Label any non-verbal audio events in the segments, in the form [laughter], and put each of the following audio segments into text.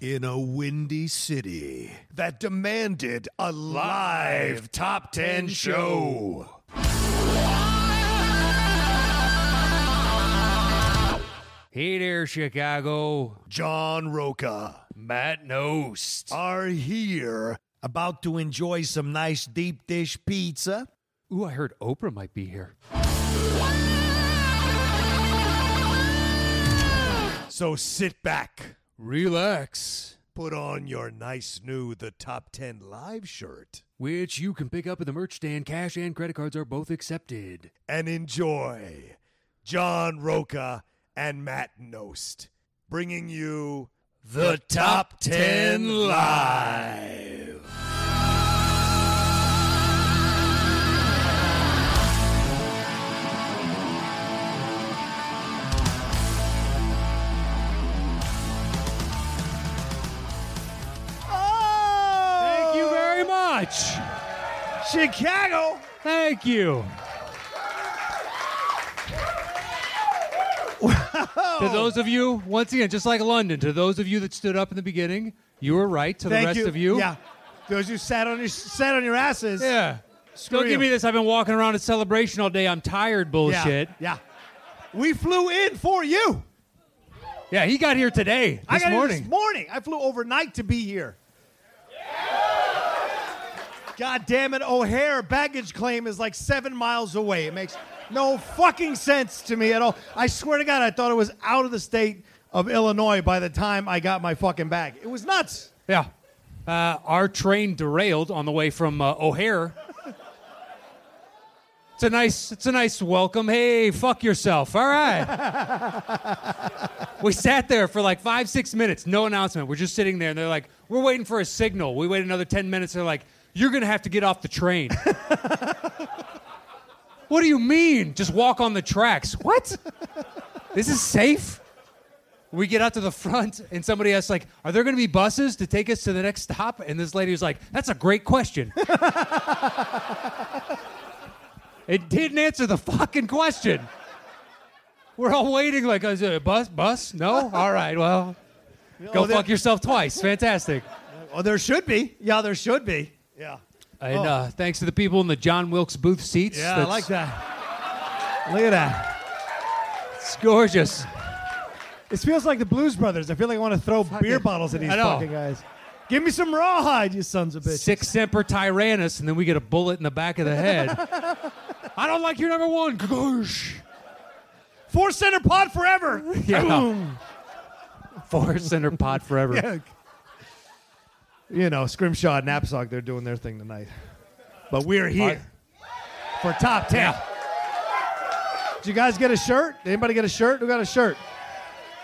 in a windy city that demanded a live top 10 show. Hey there, Chicago. John Roca Matt Nost. are here about to enjoy some nice deep dish pizza. Ooh, I heard Oprah might be here. So sit back, Relax. put on your nice new The Top 10 Live shirt, Which you can pick up at the merch stand. Cash and credit cards are both accepted. and enjoy John Roca and Matt Nost bringing you The Top 10 Live. Thank you very much. Oh! Chicago. Thank you. [laughs] to those of you, once again, just like London, to those of you that stood up in the beginning, you were right. To the rest of you, Yeah. Those who sat on your sat on your asses. yeah. Don't you. give me this. I've been walking around at celebration all day. I'm tired. Yeah. Bullshit. Yeah. We flew in for you. Yeah, he got here today. This I got here morning. this morning. I flew overnight to be here. God damn it, O'Hare baggage claim is like seven miles away. It makes no fucking sense to me at all. I swear to God, I thought it was out of the state of Illinois by the time I got my fucking bag. It was nuts. Yeah. Uh, our train derailed on the way from uh, O'Hare. It's a nice, it's a nice welcome. Hey, fuck yourself. All right. we sat there for like five, six minutes. No announcement. We're just sitting there, and they're like, "We're waiting for a signal." We wait another ten minutes. They're like, "You're gonna have to get off the train." what do you mean? Just walk on the tracks? What? this is safe. We get out to the front, and somebody asks, like, "Are there going to be buses to take us to the next stop?" And this lady was like, "That's a great question." [laughs] it didn't answer the fucking question. We're all waiting, like, "Is it a bus? Bus? No? All right, [laughs] well, go Oh, there- fuck yourself twice. Fantastic." Oh, there should be. Yeah, there should be. Yeah. And uh, thanks to the people in the John Wilkes Booth seats. Oh. Yeah, I That's- like that. Look at that. It's gorgeous. This feels like the Blues Brothers. I feel like I want to throw beer bottles at these I know. fucking guys. Give me some rawhide, you sons of bitches. Six Semper Tyrannus, and then we get a bullet in the back of [laughs] the head. I don't like your number one. Gosh. Four center pod forever. [laughs] Yeah. Boom. Four center pod forever. Yeah. You know, Scrimshaw and Knapsack, they're doing their thing tonight. But we're here for top 10. Did you guys get a shirt? Did anybody get a shirt? Who got a shirt?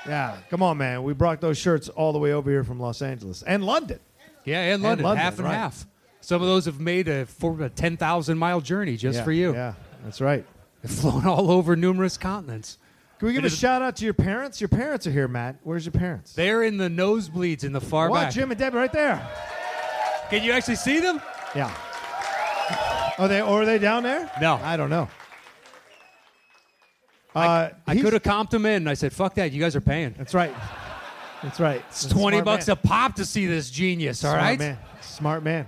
Yeah, come on, man. We brought those shirts all the way over here from Los Angeles and London. Yeah, and London, London, half and right. half. Some of those have made a, four, a 10,000 mile journey just Yeah, for you. Yeah, that's right. They've flown all over numerous continents. Can we give a is- shout out to your parents? Your parents are here, Matt. Where's your parents? They're in the nosebleeds in the far What, back. Jim and Debbie, right there. Can you actually see them? Yeah. Are they? Or are they down there? No. I don't know. Uh, I could have comped them in. and I said, fuck that. You guys are paying. That's right. That's right. It's 20 bucks a pop to see this genius, all Smart right? man. Smart man.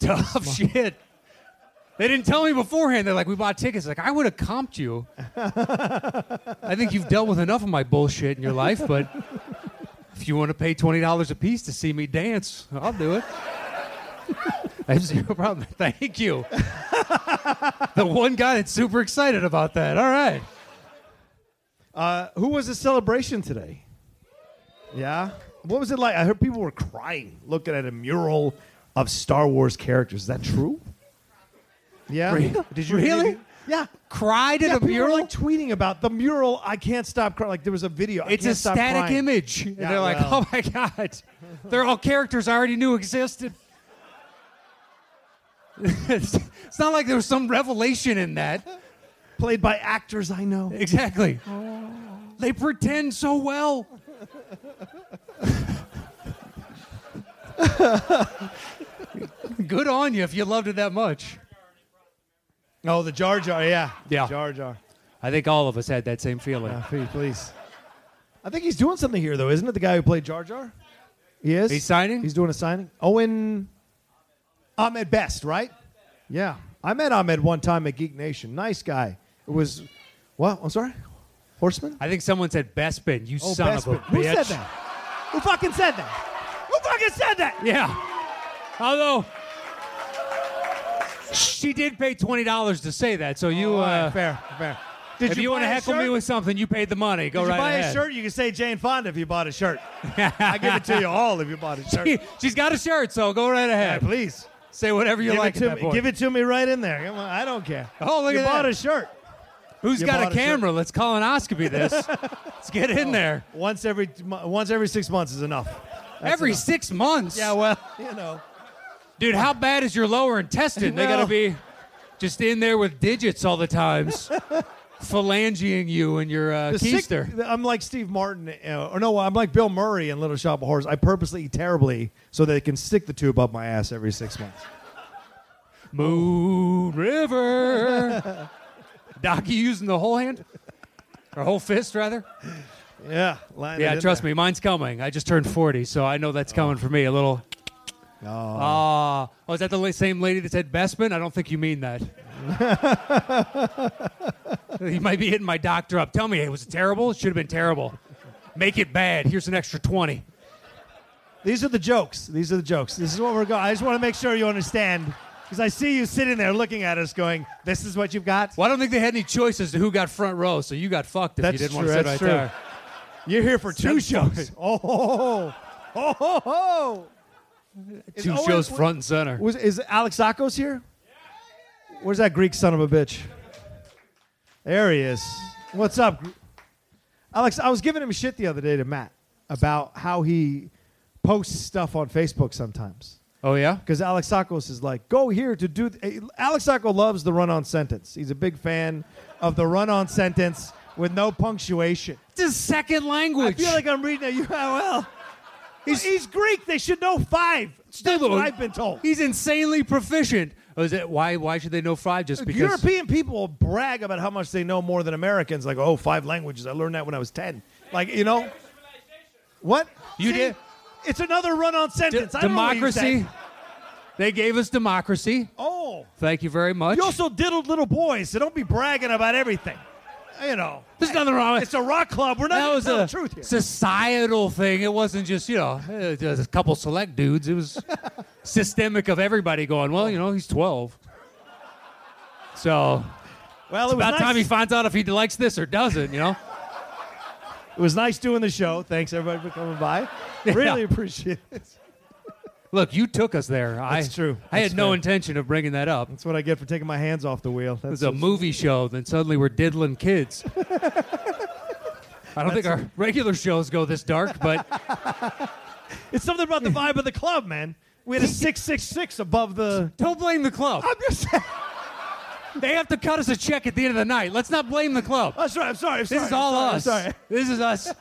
Tough shit. They didn't tell me beforehand. They're like, we bought tickets. Like, I would have comped you. I think you've dealt with enough of my bullshit in your life, but if you want to pay $20 a piece to see me dance, I'll do it. I have zero problem. [laughs] Thank you. the one guy that's super excited about that. All right. Uh, who was the celebration today? Yeah. What was it like? I heard people were crying looking at a mural of Star Wars characters. Is that true? Yeah. Re- Did you really? did you- yeah. Cried at Yeah, a people were mural? like tweeting about the mural. I can't stop crying. Like there was a video. I it's a can't stop static crying. image. And Yeah, they're like, well. oh my God. They're all characters I already knew existed. [laughs] it's it's not like there was some revelation in that. played by actors I know. Exactly. They pretend so well. [laughs] Good on you if you loved it that much. Oh, the Jar Jar, yeah. Yeah. Jar Jar. I think all of us had that same feeling. Uh, please, please. I think he's doing something here, though, isn't it? The guy who played Jar Jar? He is. He's signing? He's doing a signing. Owen Ahmed Best, right? Yeah, I met Ahmed one time at Geek Nation. Nice guy. It was what? I'm sorry. Horseman. I think someone said Bespin. You Oh, son of Bespin. a bitch. Who said that? Who fucking said that? Who fucking said that? Yeah. Although she did pay twenty dollars to say that, so you All right, uh, fair, fair. Did if you, want to buy a heckle shirt? me with something, you paid the money. Go Did right you buy ahead. a shirt? You can say Jane Fonda if you bought a shirt. I give it to you all if you [laughs] bought a shirt. [laughs] She's got a shirt, so go right Yeah, ahead. please. Say whatever you give like it at to that me. point. Give it to me right in there. Come on, I don't care. Oh, look you at bought that. a shirt Who's you got bought a a shirt. camera? Let's [laughs] colonoscopy this. Let's get in there. Oh, once every mo- once every six months is enough. That's Every enough. six months. yeah, well, you know, Dude, how bad is your lower intestine? They No. gotta be just in there with digits all [laughs] the times, phalangeing you and your uh, the sick- keister. I'm like Steve Martin, uh, or no, I'm like Bill Murray in Little Shop of Horrors. I purposely eat terribly so they can stick the tube up my ass every six months. Moon River. [laughs] Doc, you using the whole hand? Or whole fist, rather? Yeah, line Yeah, trust me, mine's coming. I just turned 40, so I know that's coming for me. A little, me. ah. oh, is that the la- same lady that said Bespin? I don't think you [laughs] mean that. you might be hitting my doctor up. Tell me, hey, was it terrible? It should have been terrible. Make it bad. Here's an extra 20. These are the jokes. These are the jokes. This is what we're going. I just want to make sure you understand because I see you sitting there looking at us, going, "This is what you've got." Well, I don't think they had any choices to who got front row, so you got fucked if That's you didn't want true, to sit that's right true. there. You're here for two shows. Oh, ho, ho, ho. oh, ho, ho. Is Two Owen- shows front and center. Was is Alex Akos here? Where's that Greek son of a bitch? There he is. What's up, Gr- Alex? I was giving him shit the other day to Matt about how he posts stuff on Facebook sometimes. Oh, yeah? because Alex Sakos is like, go here to do. Th-. Alex Sacco loves the run on sentence. He's a big fan of the run on sentence with no punctuation. It's his second I language. feel like I'm reading a URL. He's, he's Greek. They should know five. That's what I've been told. He's insanely proficient. Oh, is it why? Why should they know five? Just because European people brag about how much they know more than Americans. Like, oh, five languages. I learned that when I was 10. Like, you know? What? You did- It's another run on De- sentence. I don't know what you democracy. said. They gave us democracy. Oh. Thank you very much. You also diddled little boys, so don't be bragging about everything. You know, There's nothing wrong with it's a rock club. We're not that. going to Was tell a the truth here. societal thing. It wasn't just you know uh, just a couple select dudes. [laughs] It was systemic of everybody going. Well, you know he's twelve. So well, it was, about nice. time he finds out if he likes this or doesn't. You know. it was nice doing the show. Thanks everybody for coming [laughs] by. Really appreciate it. Look, you took us there. I, That's true. I had That's no fair. intention of bringing that up. That's what I get for taking my hands off the wheel. It was That's a just- movie show, then suddenly we're diddling kids. [laughs] I don't think our regular shows go this dark, [laughs] but It's something about [laughs] the vibe of the club, man. We had a six six six above the. don't blame the club. I'm just saying. They have to cut us a check at the end of the night. Let's not blame the club. I'm Oh, sorry. I'm sorry. I'm This sorry, is all I'm us. sorry, I'm sorry. This is [laughs] us.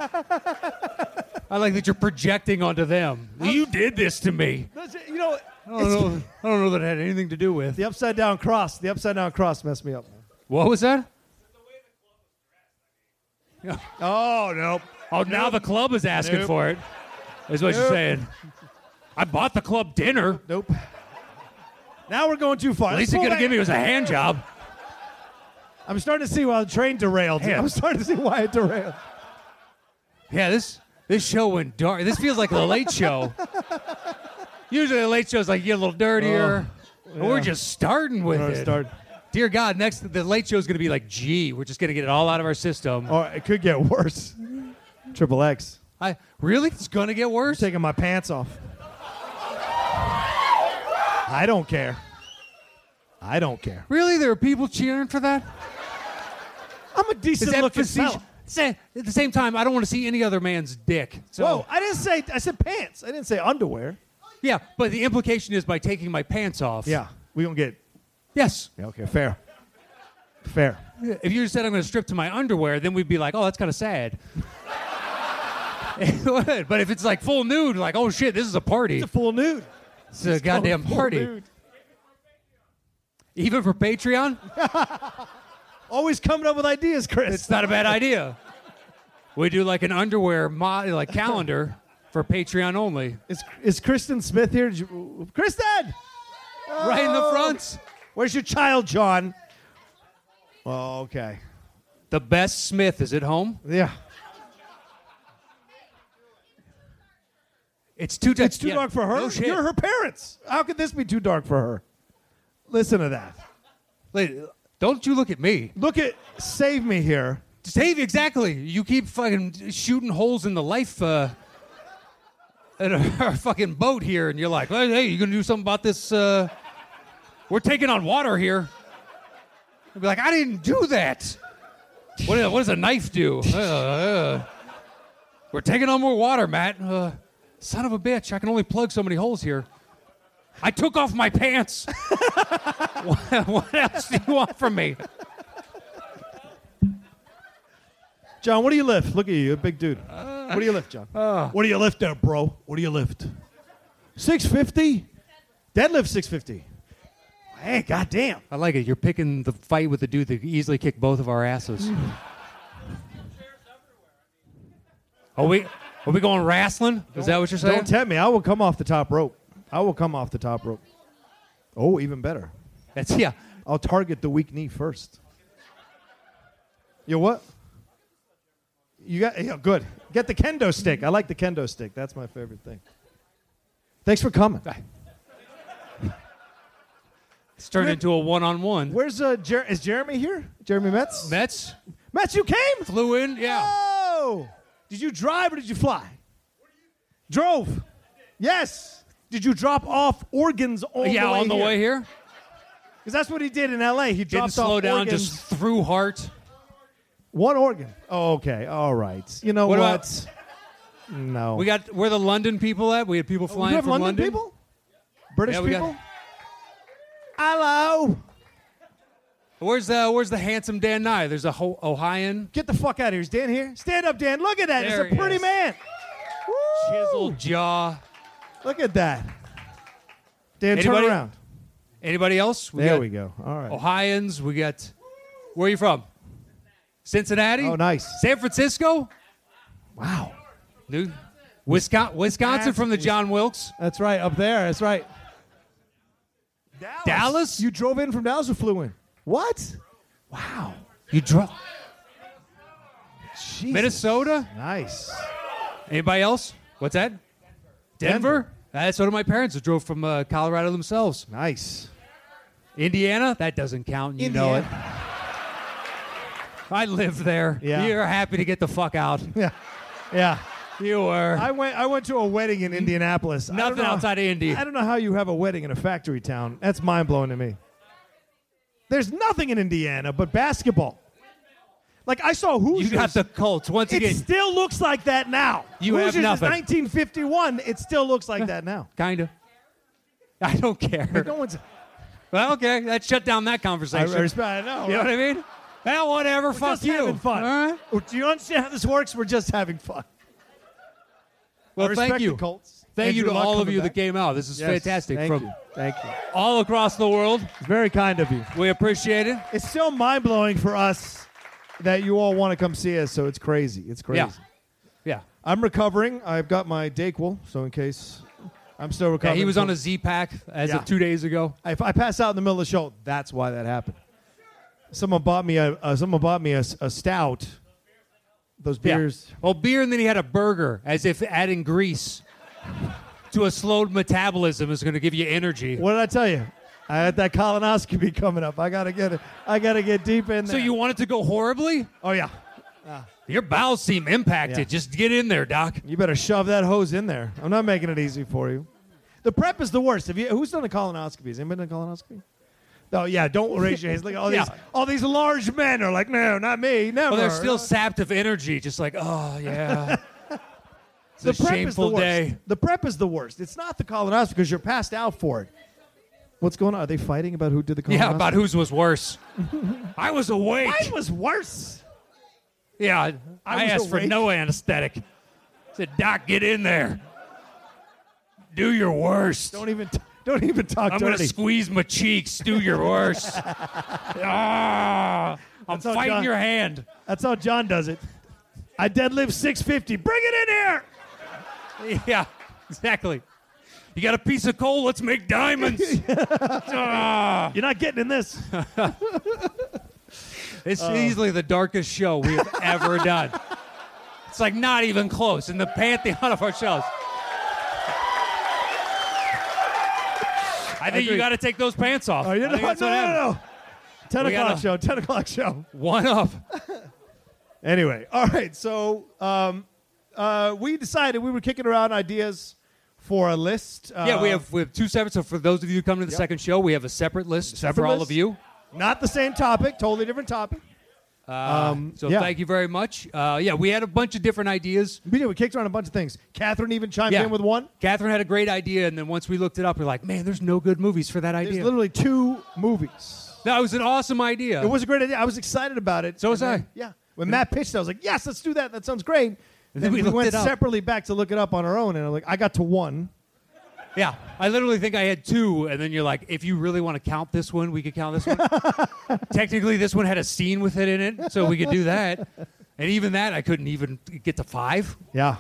I like that you're projecting onto them. You did this to me. That's it. You know, I don't know, I don't know that it had anything to do with. the upside down cross. The upside down cross messed me up. man. What was that? Oh no. Oh, now the club is asking Nope. for it, is what you're Nope. saying. I bought the club dinner. Nope. Now we're going too far. Let's At least he pull could have back. given me was a hand job. I'm starting to see why the train derailed. Yeah. I'm starting to see why it derailed. Yeah, this this show went dark. This feels like the late show. Usually the late show's like you get a little dirtier. But We're Oh, yeah. just starting with We're it. starting. Dear God, next the late show's gonna be like, gee, we're just gonna get it all out of our system. Or it could get worse. Triple X. I really it's gonna get worse. Taking my pants off. I don't care. I don't care. Really, there are people cheering for that. I'm a Is decent that looking facetious? fella. Say- At the same time, I don't want to see any other man's dick. So Whoa, I didn't say, I said pants. I didn't say underwear. yeah, but the implication is by taking my pants off. We gonna get, Yes. yeah, okay, fair. Fair. If you said I'm going to strip to my underwear, then we'd be like, oh, that's kind of sad. [laughs] It would. But if it's like full nude, like, oh shit, this is a party. It's a full nude. It's a goddamn Full party. nude. Even for Patreon, Always coming up with ideas, Chris. it's not a bad idea. We do like an underwear mo- like calendar for Patreon only. Is is Kristen Smith here? Did you- Kristen, Right in the Oh. front. where's your child, John? Oh, okay. The best Smith is at home. Yeah, It's too dark. it's too dark for her. No shit. You're her parents. How could this be too dark for her? Listen to that. Wait, don't you look at me. Look at save me here. Dave, exactly. You keep fucking shooting holes in the life uh, in our [laughs] fucking boat here, and you're like, "Hey, hey, you gonna do something about this? Uh, we're taking on water here." I'd be like, "I didn't do that. What, what does a knife do? Uh, uh, we're taking on more water, Matt. Uh, son of a bitch, I can only plug so many holes here." I took off my pants. [laughs] what, what else do you want from me? John, what do you lift? Look at you, you're a big dude. what do you lift, John? what do you lift there, bro? What do you lift? 650? Deadlift 650. Hey, goddamn. I like it. You're picking the fight with the dude that could easily kick both of our asses. Are we are we going wrestling? Is that what you're saying? Don't tempt me. I will come off the top rope. I will come off the top rope. Oh, even better. That's yeah. I'll target the weak knee first. Yo, what? You got yeah, good. Get the kendo stick. I like the kendo stick. That's my favorite thing. Thanks for coming. It's turned into a one-on-one. Where's uh, Jer- is Jeremy here? Jeremy Metz. Mets Metz, you came. flew in. Yeah. Oh! Did you drive or did you fly? Drove. Yes. Did you drop off organs on yeah, the way on Oh, the here? way here. Because that's what he did in L.A. He Didn't dropped slow off down, organs. just threw heart. one organ. Oh, okay, all right. You know What what? about- no. We got where the London people at? We had people you flying have from London, London. people, British Yeah, we got- people. Hello. Where's the Where's the handsome Dan Nye? There's a Ho- Ohioan Get the fuck out of here. Is Dan here? Stand up, Dan. Look at that. There He's he a pretty is. man. Woo! chiseled jaw. Look at that. Dan, Anybody? turn around. Anybody else? We there got- Oh, we go. All right. Ohioans. We got. Where are you from? Cincinnati. Oh, nice. San Francisco. Wow. New. Wisconsin. Wisconsin That's from the John Wilkes. That's right, up there. That's right. Dallas. Dallas? You drove in from Dallas or flew in? What? Wow. You drove Jesus. Minnesota. Nice. Anybody else? What's that? Denver. Denver. That's one of my parents who drove from uh, Colorado themselves. Nice. Indiana. That doesn't count. You know it. I lived there. Yeah. You're happy to get the fuck out. Yeah. Yeah. You were. I went I went to a wedding in Indianapolis. I don't Nothing know- outside of Indy. I don't know how you have a wedding in a factory town. That's mind blowing to me. There's nothing in Indiana but basketball. Like I saw Hoosiers. You got the Colts once it again. still looks like that now. You have Hoosiers is nothing. 1951. It still looks like that now. Kinda. I don't care. No one's. Well, okay, that shut down that I, conversation. respect, I know. you know what I mean? Well, whatever. fuck just you. having fun. All right. Or Do you understand how this works? We're just having fun. Well, I respect thank you. The Colts. Thank Andrew you to Luck all of coming you that back. came out. This is Yes, fantastic Thank from you. Thank you. all across the world. It's very kind of you. We appreciate it. It's still mind blowing for us that you all want to come see us. So it's crazy. It's crazy. Yeah. Yeah. I'm recovering. I've got my Dayquil, so in case I'm still Yeah, recovering. he was on from- a Z pack as Yeah. of two days ago. If I pass out in the middle of the show, that's why that happened. Someone bought me a. Uh, someone bought me a, s- a stout. Those beers. Yeah. Well, beer, and then he had a burger, as if adding grease to a slowed metabolism is going to give you energy. What did I tell you? I had that colonoscopy [laughs] coming up. I gotta get it. I gotta get deep in So there. you want it to go horribly? Oh yeah. Your bowels seem impacted. Yeah. Just get in there, Doc. You better shove that hose in there. I'm not making it easy for you. The prep is the worst. Have you, who's done a colonoscopy? Has anybody done a colonoscopy? Oh yeah, don't raise your hands. Look at all [laughs] Yeah. these all these large men are like, no, not me, never. Well, Oh, they're still sapped of energy, just like, [laughs] oh, yeah. it's the a prep shameful is the worst. day. The prep is the worst. It's not the colonoscopy because you're passed out for it. What's going on? Are they fighting about who did the colonoscopy? Yeah, about whose was worse. [laughs] I was awake. [laughs] mine was worse. yeah, I, was asked for awake. no anesthetic. said, Doc, get in there. Do your worst. Don't even t- don't even talk I'm going dirty. to squeeze my cheeks. Do your worst. [laughs] ah, I'm how fighting John- your hand. That's how John does it. I deadlift 650. Bring it in here. [laughs] Yeah, exactly. You got a piece of coal? Let's make diamonds. Ah, You're not getting in this. it's Oh. easily the darkest show we have [laughs] ever done. It's like not even close in the pantheon of our shows. I think you Agreed. got to take those pants off. Oh, you I know, no, think no, that's what no, happened. no. Ten We o'clock gotta- show. Ten o'clock show. [laughs] One up. Anyway, all right. So um, uh, we decided we were kicking around ideas for a list. Uh, yeah, we have we have two separate. So for those of you who come to the Yep. second show, we have a separate list Separate for all list. of you. Uh, not the same topic, totally different topic. um, So yeah. thank you very much. Uh, yeah, we had a bunch of different ideas. We did. We kicked around a bunch of things. Catherine even chimed Yeah. in with one. Catherine had a great idea, and then once we looked it up, we're like, man, there's no good movies for that There's idea. literally two movies. that was an awesome idea. It was a great idea. I was excited about it. So was And then- I. Yeah. When Matt pitched, it, I was like, "Yes, let's do that. That sounds great." then And then [laughs] we we, looked went it up. separately back to look it up on our own, and I'm like, "I got to one." yeah, I literally think I had two, and then you're like, if you really want to count this one, we could count this one. [laughs] Technically, this one had a scene with it in it, so we could do that. And even that, I couldn't even get to five Yeah.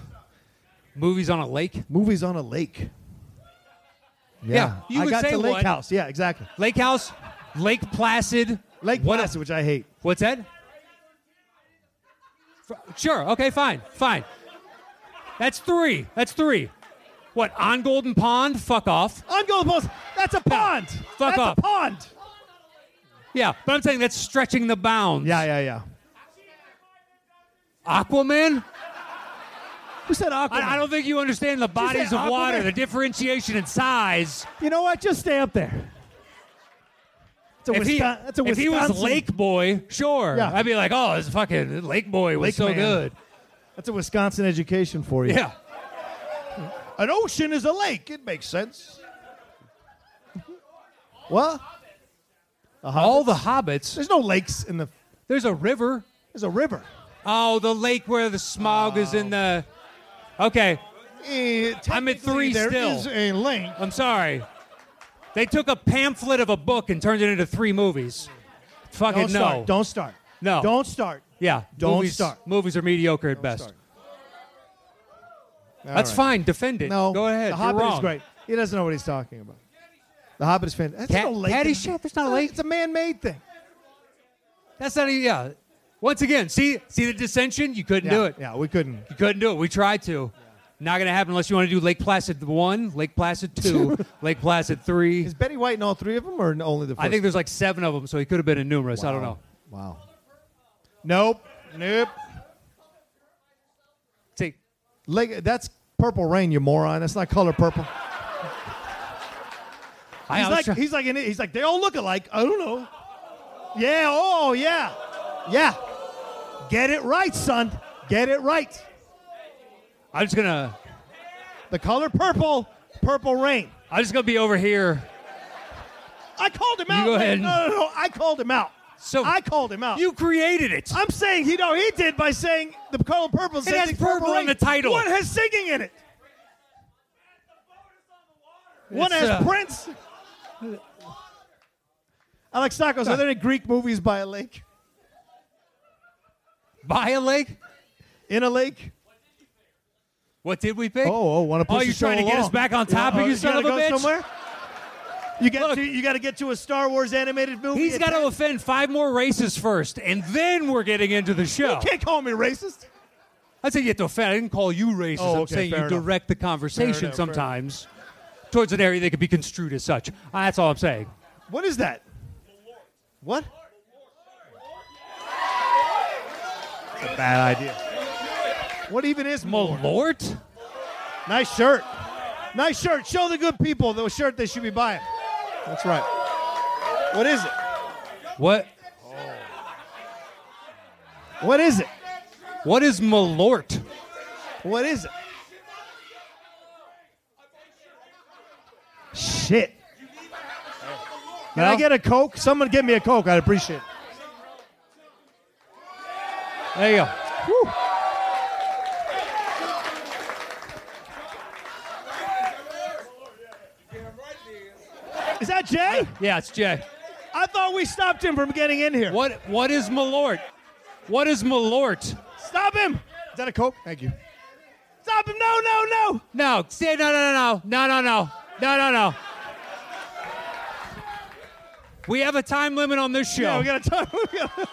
movies on a lake. Movies on a lake. Yeah, you I would got say to Lake one. House. Yeah, exactly. Lake House, Lake Placid. Lake What Placid, which I hate. What's that? F- Sure. Okay. Fine. Fine. That's three. That's three. What on Golden Pond? Fuck off. On Golden Post. That's a pond. That's off. a pond. Yeah, but I'm saying that's stretching the bounds. Yeah, yeah, yeah. Aquaman. Who said Aquaman? I, I don't think you understand the bodies of water, Aquaman? the differentiation in size. You know what? Just stay up there. It's a If he, Wisconsin. That's a if he was Wisconsin- Lake Boy, sure. Yeah. I'd be like, oh, this fucking Lake Boy was Lake so Man. good. That's a Wisconsin education for you. Yeah. An ocean is a lake. It makes sense. What? The All Hobbits? the hobbits. There's no lakes in the. There's a river. There's a river. Oh, the lake where the smog is in the. Okay, Eh, I'm at technically, three there still. is a lake. I'm sorry. They took a pamphlet of a book and turned it into three movies. Fucking Don't no. start. Don't start. No. Don't start. yeah. don't movies, start. Movies are mediocre at best. Start. That's All right. fine. Defend it. No. Go ahead. The You're Hobbit wrong. is great. He doesn't know what he's talking about. The Hobbit is fantastic. That's Cat- no lake. catty in- shit, there's not a Uh, lake. It's a man-made thing. That's not. Even, yeah. Once again, see, see the dissension. You couldn't yeah, do it. Yeah, we couldn't. You couldn't do it. We tried to. Not gonna happen unless you want to do Lake Placid one, Lake [laughs] Placid two, Lake Placid three. Is Betty White in all three of them, or in only the first? I think there's like seven of them, so he could have been in numerous. I don't know. Wow. Nope. Nope. See, Lake, that's purple rain, you moron. That's not color purple. I He's was like, try- he's like, in it. he's like, they all look alike. I don't know. Yeah. Oh, yeah. Yeah. Get it right, son. Get it right. I'm just gonna. The color purple, purple rain. I'm just gonna be over here. I called him out. go Wait, ahead. No, no, no. I called him out. So- I called him out. You created it. I'm saying he no, he did by saying the color purple. It has purple in rain. the title. One has singing in it. One It's, has uh, Prince. Alex Stakos, are there any Greek movies by a lake? By a lake? In a lake? What did we pick? Oh, oh, want to push Oh, you're the show trying to get us along. back on Yeah, topic, oh, you son gotta of a go bitch. Somewhere? You got Look. to you got to get to a Star Wars animated movie. He's got to offend five more races first, and then we're getting into the show. Can't call me racist. I said you have to offend. I didn't call you racist. Oh, I'm okay, saying you fair enough. direct the Fair conversation enough, fair sometimes towards an area that could be construed as such. Uh, That's all I'm saying. What is that? What? It's a bad idea. What even is Malort? Malort? Nice shirt. Nice shirt. Show the good people the shirt they should be buying. That's right. What is it? What? What is it? What is Malort? What is it? Shit. Can I Well- get a Coke? Someone get me a Coke. I'd appreciate it. There you go. Whew. Is that Jay? Yeah, it's Jay. I thought we stopped him from getting in here. What? What is Malort? What is Malort? Stop him! Is that a Coke? Thank you. Stop him no, no, no. No, say no, no, no, no, no, no, no, no, no, no. We have a time limit on this show. Yeah, we got to talk. [laughs] We gotta-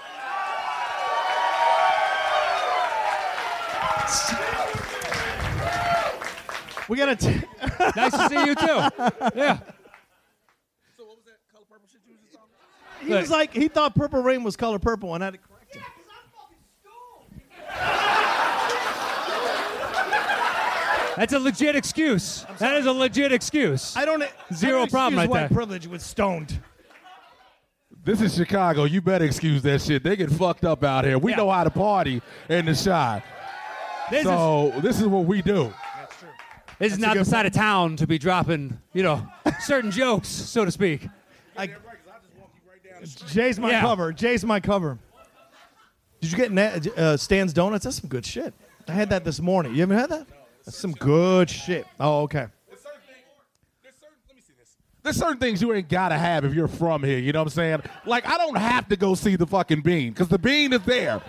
We gotta. T- nice to see you too. Yeah. So what was that color purple shit you was just talking about? he was like, he thought Purple Rain was color purple, and I had to correct him. That's a legit excuse. That is a legit excuse. I don't. e-, I Zero don't problem excuse right white there. privilege with stoned. This is Chicago. You better excuse that shit. They get fucked up out here. We Yeah. know how to party in the shot. This is So this is what we do. this is a not good the side of town to be dropping, you know, [laughs] certain jokes, so to speak. I, Jay's my Yeah. cover. Jay's my cover. Did you get Na- uh, Stan's Donuts? That's some good shit. I had that this morning. You haven't had that? That's some good shit. Oh, okay. There's certain things you ain't gotta have if you're from here. You know what I'm saying? Like I don't have to go see the fucking bean because the bean is there.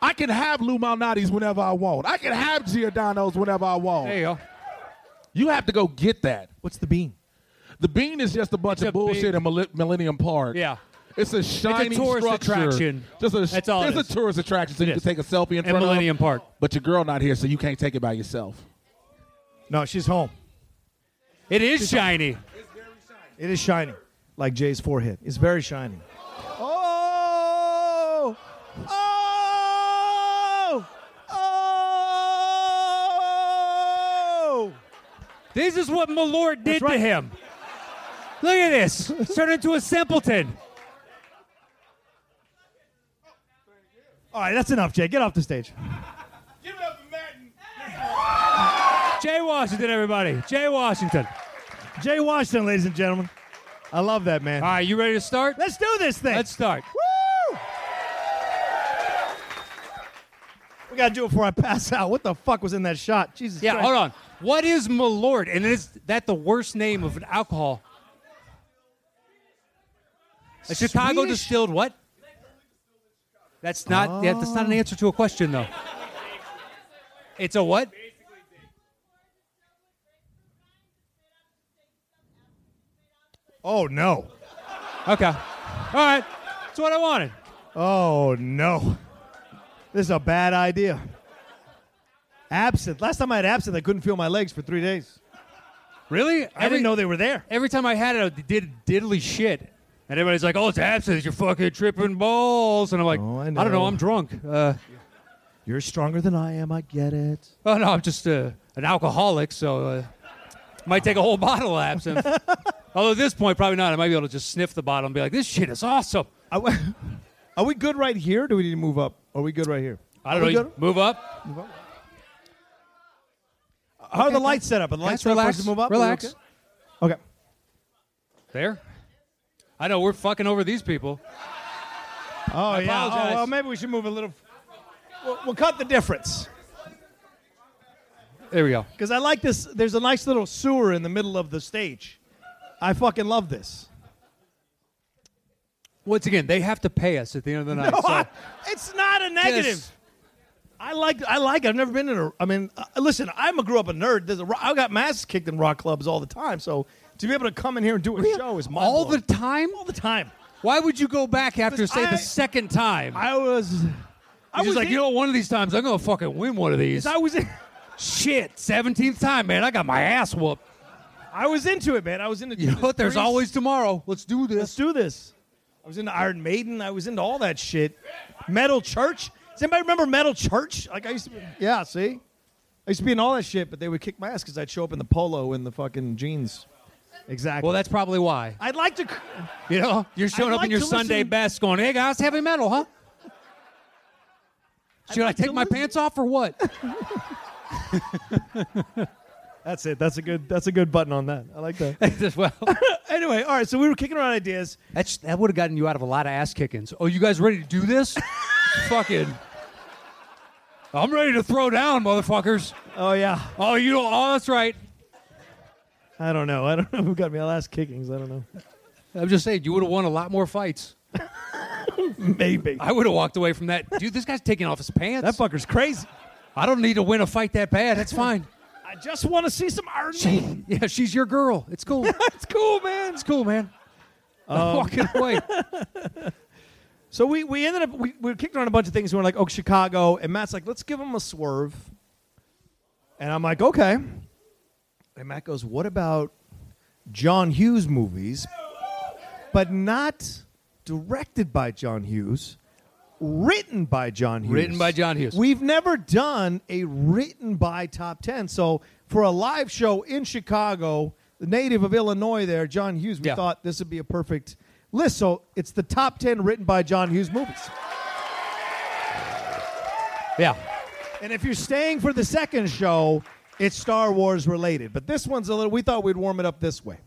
I can have Lou Malnati's whenever I want. I can have Giordano's whenever I want. There you go. You have to go get that. What's the bean? The bean is just a bunch It's of a bullshit big- in Mil- Millennium Park. Yeah. It's a shiny tourist structure. attraction. Just a, That's all it It's is. a tourist attraction, so It you is. can take a selfie in At front Millennium of Park. But your girl not here, so you can't take it by yourself. No, she's home. It is shiny. It is shiny, like Jay's forehead. It's very shiny. Oh, oh, oh! This is what Malort did right. to him. Look at this. He's turned into a simpleton. All right, that's enough, Jay. Get off the stage. Jay Washington, everybody. Jay Washington. Jay Washington, ladies and gentlemen. I love that man. All right, you ready to start? Let's do this thing. Let's start. Woo! We gotta do it before I pass out. What the fuck was in that shot? Jesus. Yeah, Christ. hold on. What is Malort? And is that the worst name of an alcohol? A Chicago Swedish? distilled what? That's not yeah, that's not an answer to a question though. It's a what? Oh no. Okay. All right. That's what I wanted. Oh no. This is a bad idea. Absinthe. Last time I had absinthe, I couldn't feel my legs for three days. Really? I didn't know they were there. Every time I had it, I did diddly shit. And everybody's like, oh, it's absinthe. You're fucking tripping balls. And I'm like, Oh, I don't know. know. I'm drunk. Uh, You're stronger than I am. I get it. oh, no, I'm just uh, an alcoholic, so uh, might take a whole bottle [laughs] of absinthe. Although at this point, probably not. I might be able to just sniff the bottle and be like, this shit is awesome. Are we, [laughs] are we good right here? Or do we need to move up? Are we good right here? I Are don't we know. good? you Move up. How are the lights set up? Are the lights set Guys, up for us relax. to move up? Are we Relax. okay? Okay. There. I know, we're fucking over these people. Oh yeah. apologize. Oh, well, maybe we should move a little. We'll, we'll cut the difference There we go. because I like this. There's a nice little sewer in the middle of the stage. I fucking love [laughs] this. Once again, they have to pay us at the end of the night. so it's not a negative. Yes. I like. I like. It. I've never been in a. I mean, uh, listen. I'm a grew up a nerd. There's a, ro- I got my ass kicked in rock clubs all the time. So to be able to come in here and do a show is mind all the time? all the time. Why would you go back after, say, I- the second time? I was. I was He's just like, in- you know, one of these times I'm gonna fucking win one of these. I was. In, Shit, seventeenth time, man, I got my ass whooped. I was into it, man. I was into. You know what? There's Grease. always tomorrow. Let's do Let's this. do this. I was into Iron Maiden. I was into all that shit. Metal Church. Does anybody remember Metal Church? Like I used to. Be, yeah, see, I used to be in all that shit, but they would kick my ass because I'd show up in the polo and the fucking jeans. Exactly. Well, that's probably why. I'd like to. You know, you're showing I'd up like in your to Sunday listen- best, going, "Hey guys, heavy metal, huh? Should I like to take my listen- pants off or what? That's it. That's a good. That's a good button on that. [laughs] I like that. well, [laughs] anyway, all right. So we were kicking around ideas. [laughs] that's, that would have gotten you out of a lot of ass kickings. Oh, you guys ready to do [laughs] this? fucking, I'm ready to throw down, motherfuckers. Oh yeah. Oh, you don't. Oh, that's right. I don't know. I don't know who got me. last kickings. I don't know. I'm just saying, you would have won a lot more fights. Maybe [laughs] I would have walked away from that. Dude, this guy's taking off his pants. that fucker's crazy. I don't need to win a fight that bad. [laughs] That's fine. I just want to see some Iron Man. She, yeah, she's your girl. It's cool. [laughs] It's cool, man. Um, It's cool, man. [laughs] I'm walking away. So we, we ended up we, we were kicked around a bunch of things. We were like, oh, Chicago, and Matt's like, let's give them a swerve. And I'm like, okay. And Matt goes, what about John Hughes movies, but not directed by John Hughes, written by John Hughes. Written by John Hughes. We've never done a written by top ten. So for a live show in Chicago, the native of Illinois, there, John Hughes, we Yeah. thought this would be a perfect list. So it's the top ten written by John Hughes movies. Yeah. And if you're staying for the second show, it's Star Wars related. But this one's a little. We thought we'd warm it up this way.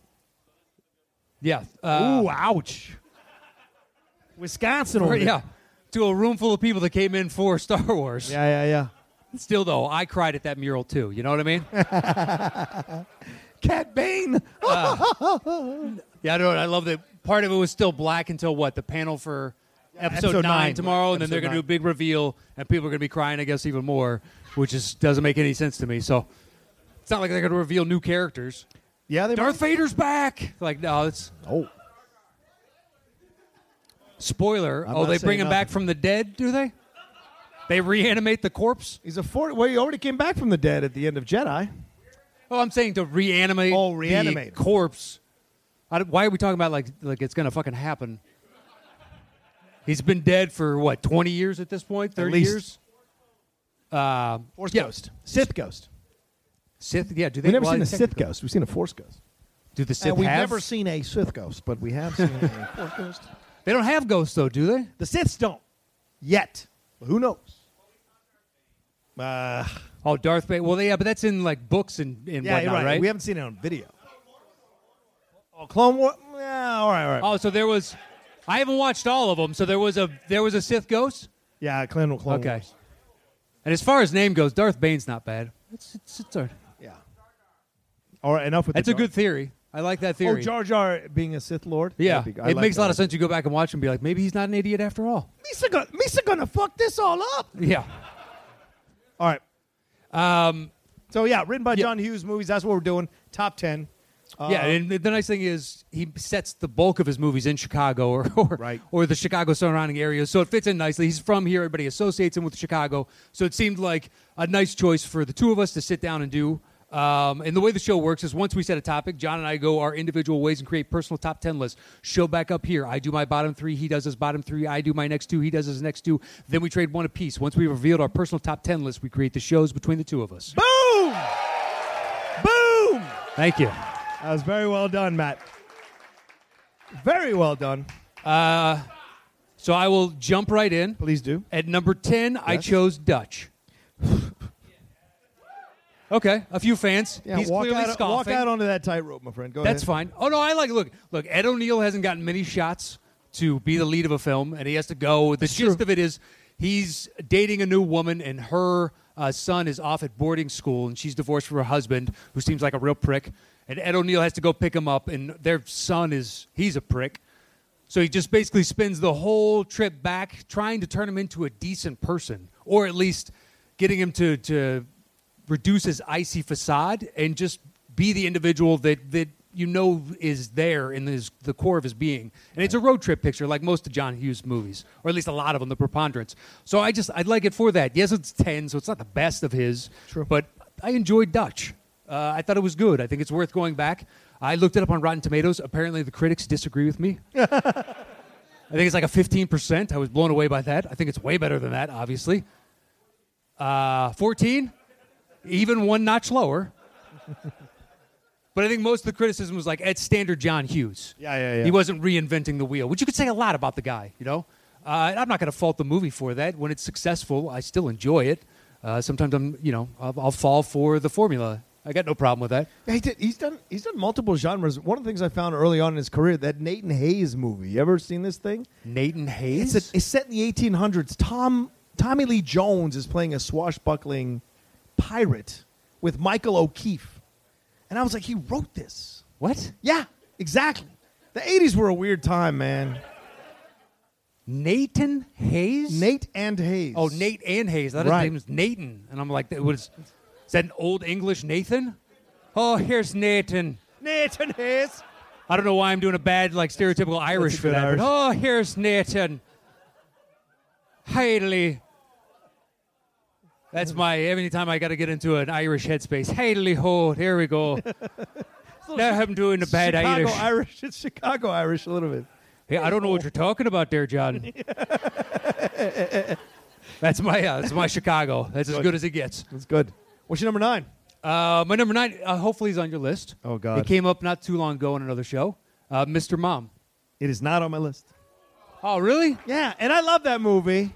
Yeah. Uh, [laughs] Ooh, ouch. Wisconsin, over there. yeah. To a room full of people that came in for [laughs] Star Wars. yeah, yeah, yeah. Still, though, I cried at that mural, too. You know what I [laughs] mean? Cat Bane. Yeah, I know. I love that. Part of it was still black until what the panel for episode, episode nine, nine, tomorrow, and then episode they're gonna do a nine. big reveal, and people are gonna be crying, I guess, even more, which just doesn't make any sense to me. So it's not like they're gonna reveal new characters. Yeah, they Darth Vader's back. Like, no, it's Oh, spoiler. I'm oh, not they bring saying him back nothing. from the dead, do they? They reanimate the corpse. he's a forty. Well, he already came back from the dead at the end of Jedi. Oh, I'm saying to reanimate. Oh, the reanimate. corpse. I don't- why are we talking about like like it's gonna fucking happen? He's been dead for what 20 years at this point, 30 least. years. Uh, Force yeah. Ghost, Sith Ghost. Sith. Yeah. Do they? We've never well, seen a Sith technically- Ghost. We've seen a Force Ghost. Do the Sith And Uh, we've have? never seen a Sith Ghost, but we have seen [laughs] a Force Ghost. they don't have ghosts though, do they? The Siths don't yet. But who knows? Uh, Oh, Darth Vader. Well, yeah, but that's in like books and, and yeah, whatnot, you're right. right? We haven't seen it on video. Oh, Clone War. Yeah, all right, all right. oh, so there was. I haven't watched all of them, so there was a there was a Sith ghost. Yeah, Clone, Clone okay. Wars. And as far as name goes, Darth Bane's not bad. It's it's, it's all right. Yeah. All right, enough with That's the a good theory. I like that theory. Oh, Jar Jar being a Sith Lord. Yeah, That'd be- it I like makes a that lot of idea. sense. You go back and watch and be like, maybe he's not an idiot after all. Misa gonna, Misa gonna fuck this all up. Yeah. [laughs] All right. Um, So yeah, written by Yeah. John Hughes movies. That's what we're doing. Top ten. Uh, yeah, and the nice thing is he sets the bulk of his movies in Chicago or or, Right. or the Chicago surrounding area, so it fits in nicely. He's from here; everybody associates him with Chicago, so it seemed like a nice choice for the two of us to sit down and do. Um, and the way the show works is once we set a topic, John and I go our individual ways and create personal top ten lists. Show back up here. I do my bottom three. He does his bottom three. I do my next two. He does his next two. Then we trade one apiece. Once we've revealed our personal top ten list, we create the shows between the two of us. boom, boom. Thank you. That was very well done, Matt. Very well done. So I will jump right in. Please do. At number 10, I Yes. chose Dutch. okay, a few fans. Yeah, He's walk clearly out. scoffing. Walk out onto that tightrope, my friend. Go That's ahead. fine. Oh, no, I like Look, look, Ed O'Neill hasn't gotten many shots to be the lead of a film, and he has to go. The gist of it is he's dating a new woman, and her uh, son is off at boarding school, and she's divorced from her husband, who seems like a real prick. And Ed O'Neill has to go pick him up, and their son is, he's a prick. So he just basically spends the whole trip back trying to turn him into a decent person, or at least getting him to, to reduce his icy facade and just be the individual that, that you know is there in his, the core of his being. And it's a road trip picture, like most of John Hughes' movies, or at least a lot of them, the preponderance. So I just, I like it for that. Yes, it's 10, so it's not the best of his, True. but I enjoyed Dutch. Uh, I thought it was good. I think it's worth going back. I looked it up on Rotten Tomatoes. Apparently, the critics disagree with me. I think it's like a 15%. I was blown away by that. I think it's way better than that, obviously. Uh, 14, even one notch lower. [laughs] but I think most of the criticism was like at standard John Hughes. Yeah, yeah, yeah. He wasn't reinventing the wheel, which you could say a lot about the guy, you know? Uh, and I'm not going to fault the movie for that. When it's successful, I still enjoy it. Uh, sometimes I'm, you know, I'll, I'll fall for the formula. I got no problem with that. He did, he's done. He's done multiple genres. One of the things I found early on in his career that Nathan Hayes movie. You ever seen this thing? Nathan Hayes? It's, a, it's set in the 1800s. Tom Tommy Lee Jones is playing a swashbuckling pirate with Michael O'Keefe, and I was like, he wrote this. what? Yeah, exactly. The 80s were a weird time, man. Nathan Hayes. Nate and Hayes. Oh, Nate and Hayes. That Right. his name is Nathan, and I'm like, that was is that an old English Nathan? Oh, here's Nathan. Nathan Hayes. I don't know why I'm doing a bad, like stereotypical Irish for good that. Irish. But, oh, here's Nathan. Haley. That's my every time I got to get into an Irish headspace. Haley ho, there [laughs] we go. now I'm doing a bad Chicago Irish. Irish. It's Chicago Irish a little bit. Hey, I don't know what you're talking about [laughs] there, John. that's my uh, that's my Chicago. That's as good as it gets. That's good. What's your number nine? Uh, my number nine, uh, hopefully, is on your list. Oh, God. It came up not too long ago on another show. Uh, Mr. Mom. It is not on my list. Oh, really? Yeah, and I love that movie,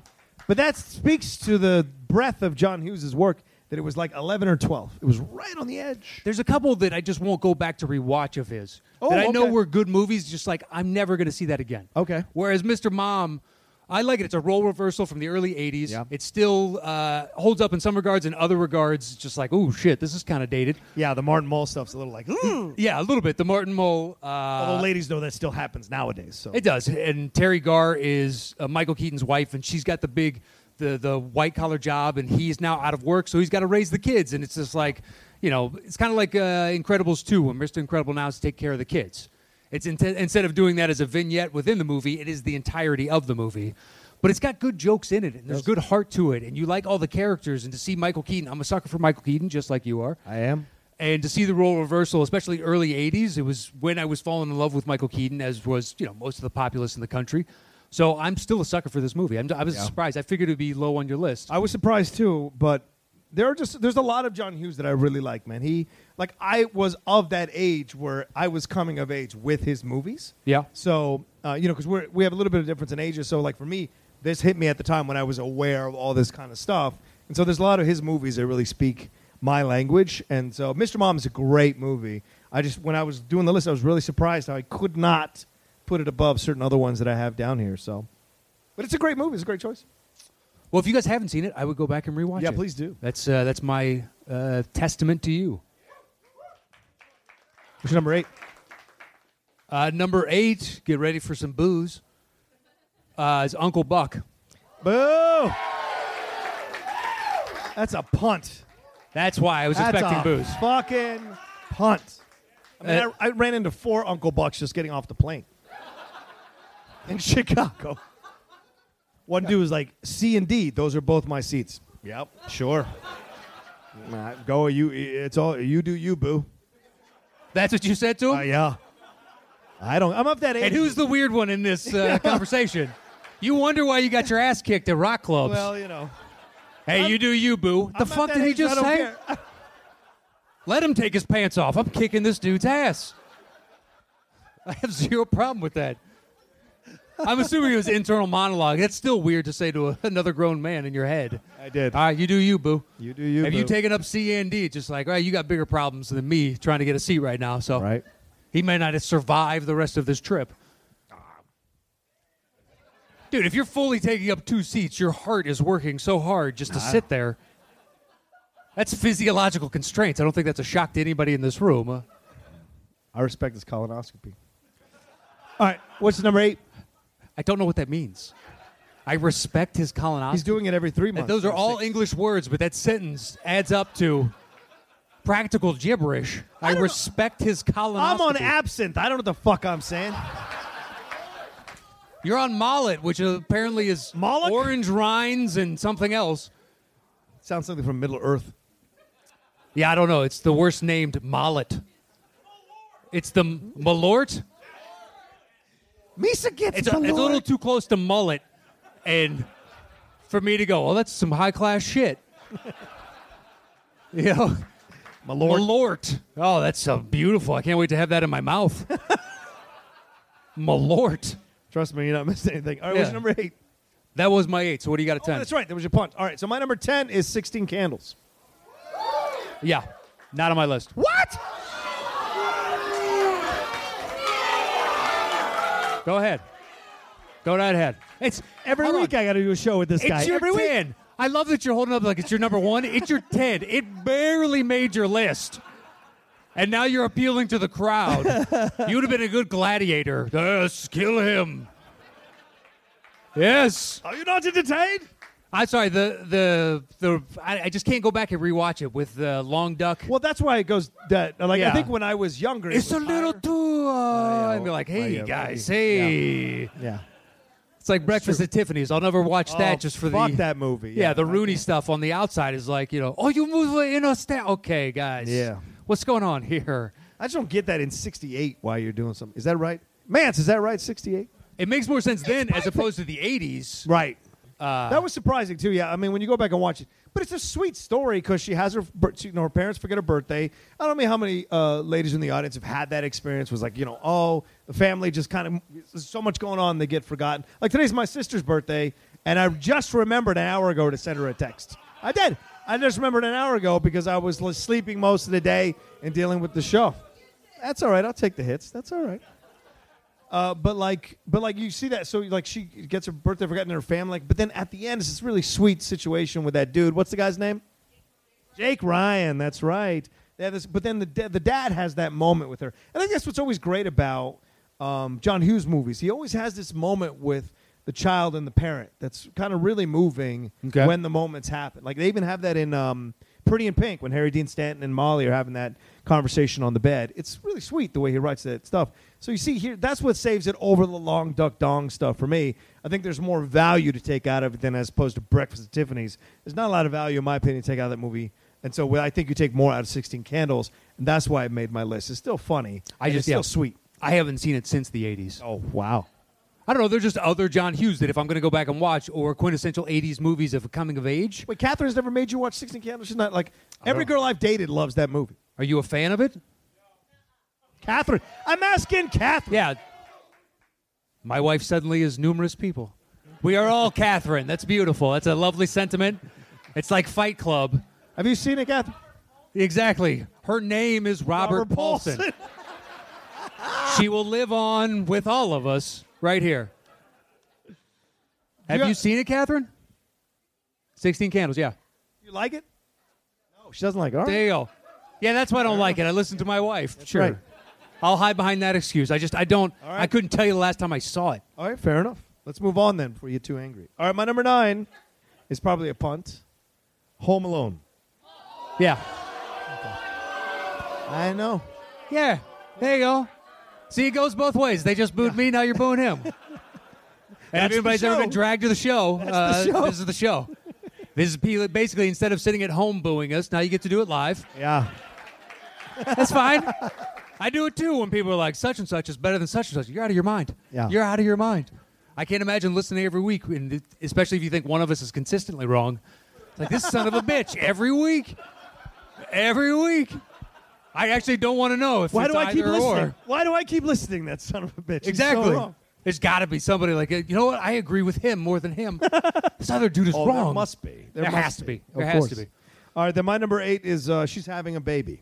but that speaks to the breadth of John Hughes' work that it was like 11 or 12. It was right on the edge. There's a couple that I just won't go back to rewatch of his. Oh, that I know okay. were good movies, just like I'm never going to see that again. Okay. Whereas Mr. Mom, I like it. It's a role reversal from the early 80s. Yeah. It still uh, holds up in some regards, in other regards, it's just like, oh, shit, this is kind of dated. Yeah, the Martin Mull stuff's a little like, "Ooh." Yeah, a little bit. The Martin Mull. Uh, although ladies know that still happens nowadays. So It does. And Terry Garr is uh, Michael Keaton's wife, and she's got the big, the the white collar job, and he's now out of work, so he's got to raise the kids, and it's just like, you know, it's kind of like uh, Incredibles two, when Mr. Incredible now has to take care of the kids. It's inte- instead of doing that as a vignette within the movie, it is the entirety of the movie. But it's got good jokes in it, and there's good heart to it, and you like all the characters, and to see Michael Keaton, I'm a sucker for Michael Keaton, just like you are I am. and to see the role reversal, especially early '80s, it was when I was falling in love with Michael Keaton, as was you know most of the populace in the country. So I'm still a sucker for this movie. I'm, I was surprised. I figured it'd be low on your list. I was surprised too, but there are just there's a lot of John Hughes that I really like, man. He like I was of that age where I was coming of age with his movies. Yeah. So uh, you know, because we we have a little bit of difference in ages, so like for me, this hit me at the time when I was aware of all this kind of stuff, and so there's a lot of his movies that really speak my language, and so Mr. Mom is a great movie. I just when I was doing the list, I was really surprised how I could not put it above certain other ones that I have down here. So, but it's a great movie. It's a great choice. well, if you guys haven't seen it, I would go back and rewatch Yeah, it. please do. That's uh, that's my uh, testament to you. What's your number eight? Uh, number eight, get ready for some booze. Uh, is Uncle Buck. Boo! That's a punt. That's why I was That's expecting a booze. fucking punt. I mean, Uh, I, I ran into four Uncle Bucks just getting off the plane in [laughs] Chicago. One dude was like, "C and D, those are both my seats." Yep, sure. Nah, go you. It's all you do. You boo. That's what you said to him. Uh, yeah. I don't. I'm up that age. And who's the weird one in [laughs] this uh, conversation? You wonder why you got your ass kicked at rock clubs. Well, you know. Hey, you do you, boo. What the I'm at fuck that did he age, I just don't say? care. Let him take his pants off. I'm kicking this dude's ass. [laughs] I have zero problem with that. I'm assuming it was internal monologue. That's still weird to say to a, another grown man in your head. I did. All right, you do you, boo. You do you, Have you boo. taken up C and D? Just like, all right, you got bigger problems than me trying to get a seat right now. So Right. he may not survive the rest of this trip. Dude, if you're fully taking up two seats, your heart is working so hard just to sit there. That's physiological constraints. I don't think that's a shock to anybody in this room. Uh, I respect this colonoscopy. All right, what's the number eight? I don't know what that means. I respect his colonoscopy. He's doing it every three And months. Those are or all six. English words, but that sentence adds up to practical gibberish. I I, don't know. respect his colonoscopy. I'm on absinthe. I don't know what the fuck I'm saying. You're on mullet, which apparently is Moloch? orange rinds and something else. Sounds something from Middle Earth. Yeah, I don't know. It's the worst named mullet. It's the m- malort. Misa gets It's a, it's a little too close to mullet, and for me to go, oh, that's some high class shit. you know, my lord. malort. Oh, that's so beautiful. I can't wait to have that in my [laughs] mouth. malort. Trust me, you're not missing anything. All right, what's Yeah. your number eight? That was my eight. So what do you got at Oh, ten? that's right. That was your punt. All right, so my number ten is 16 candles. Yeah, not on my list. What? Go ahead. Go right ahead. It's Every hold on. week I got to do a show with this guy. It's your every week. 10. I love that you're holding up like it's your number one. It's your 10. It barely made your list. And now you're appealing to the crowd. you would have been a good gladiator. Yes, kill him. Yes. Are you not entertained? I'm sorry. The the the I, I just can't go back and rewatch it with the long duck. Well, that's why it goes that. Like I Yeah. think when I was younger, it It's a was little higher. too. Uh, yeah, and be like, well, hey yeah, guys, maybe. hey. Yeah. It's like Breakfast at Tiffany's. I'll never watch that Oh, just for fuck the that movie. Yeah, the Rooney stuff on the outside is like, you know, oh, you move it in a sta Okay, guys. Yeah. What's going on here? I just don't get that in '68. Why you're doing something? Is that right, Mance? Is that right? '68. It makes more sense then as opposed to the 80s. Right. Uh, that was surprising too. Yeah, I mean, when you go back and watch it, but it's a sweet story because she has her, bir- she, you know, her parents forget her birthday. I don't know how many uh, ladies in the audience have had that experience. Was like, you know, oh, the family just kind of there's so much going on, they get forgotten. Like today's my sister's birthday, and I just remembered an hour ago to send her a text. I did. I just remembered an hour ago because I was l- sleeping most of the day and dealing with the show. That's all right. I'll take the hits. That's all right. Uh, but like, but like, you see that. So like, she gets her birthday forgotten in her family. Like, but then at the end, it's this really sweet situation with that dude. What's the guy's name? Jake Ryan. That's right. They have this, but then the da- the dad has that moment with her. And I think that's what's always great about um, John Hughes movies. He always has this moment with the child and the parent. That's kind of really moving Okay. when the moments happen. Like they even have that in um, Pretty in Pink when Harry Dean Stanton and Molly are having that conversation on the bed. It's really sweet the way he writes that stuff. So you see here, that's what saves it over the long duck dong stuff for me. I think there's more value to take out of it than as opposed to Breakfast at Tiffany's. There's not a lot of value, in my opinion, to take out of that movie. And so well, I think you take more out of 16 Candles, and that's why it made my list. It's still funny. I and just- it's still yeah. sweet. I haven't seen it since the 80s. Oh wow. I don't know. There's just other John Hughes that if I'm going to go back and watch or quintessential 80s movies of coming of age. Wait, Catherine's never made you watch 16 Candles. She's not like every don't- girl I've dated loves that movie. Are you a fan of it? Catherine, I'm asking Catherine. Yeah. My wife suddenly is numerous people. We are all Catherine. That's beautiful. That's a lovely sentiment. It's like Fight Club. Have you seen it, Catherine? Exactly. Her name is Robert, Robert Paulson. [laughs] she will live on with all of us right here. Have Yeah. you seen it, Catherine? 16 Candles, yeah. You like it? No, she doesn't like it. All right. There you go. Yeah, that's why I don't like it. I listen to my wife. sure. right. I'll hide behind that excuse. I just, I don't, All right. I couldn't tell you the last time I saw it. All right, fair enough. Let's move on then before you get too angry. All right, my number nine is probably a punt. Home Alone. Yeah. I know. Yeah. There you go. See, it goes both ways. They just booed me, now you're [laughs] booing him. and if the anybody's ever show. been dragged to the show, uh, show. this is the show. This is pe- basically instead of sitting at home booing us, now you get to do it live. Yeah. That's fine. I do it too when people are like, such and such is better than such and such. You're out of your mind. Yeah. You're out of your mind. I can't imagine listening every week, and it- especially if you think one of us is consistently wrong. It's like, this son of a bitch, every week. Every week. I actually don't want to know if Why it's do I keep either or. listening? Why do I keep listening? That son of a bitch. He's so Exactly. wrong. There's got to be somebody like, you know what? I agree with him more than him. [laughs] this other dude is Oh, wrong. There must be. There must has to be. There Of has course. to be. All right, then my number eight is uh, she's having a baby.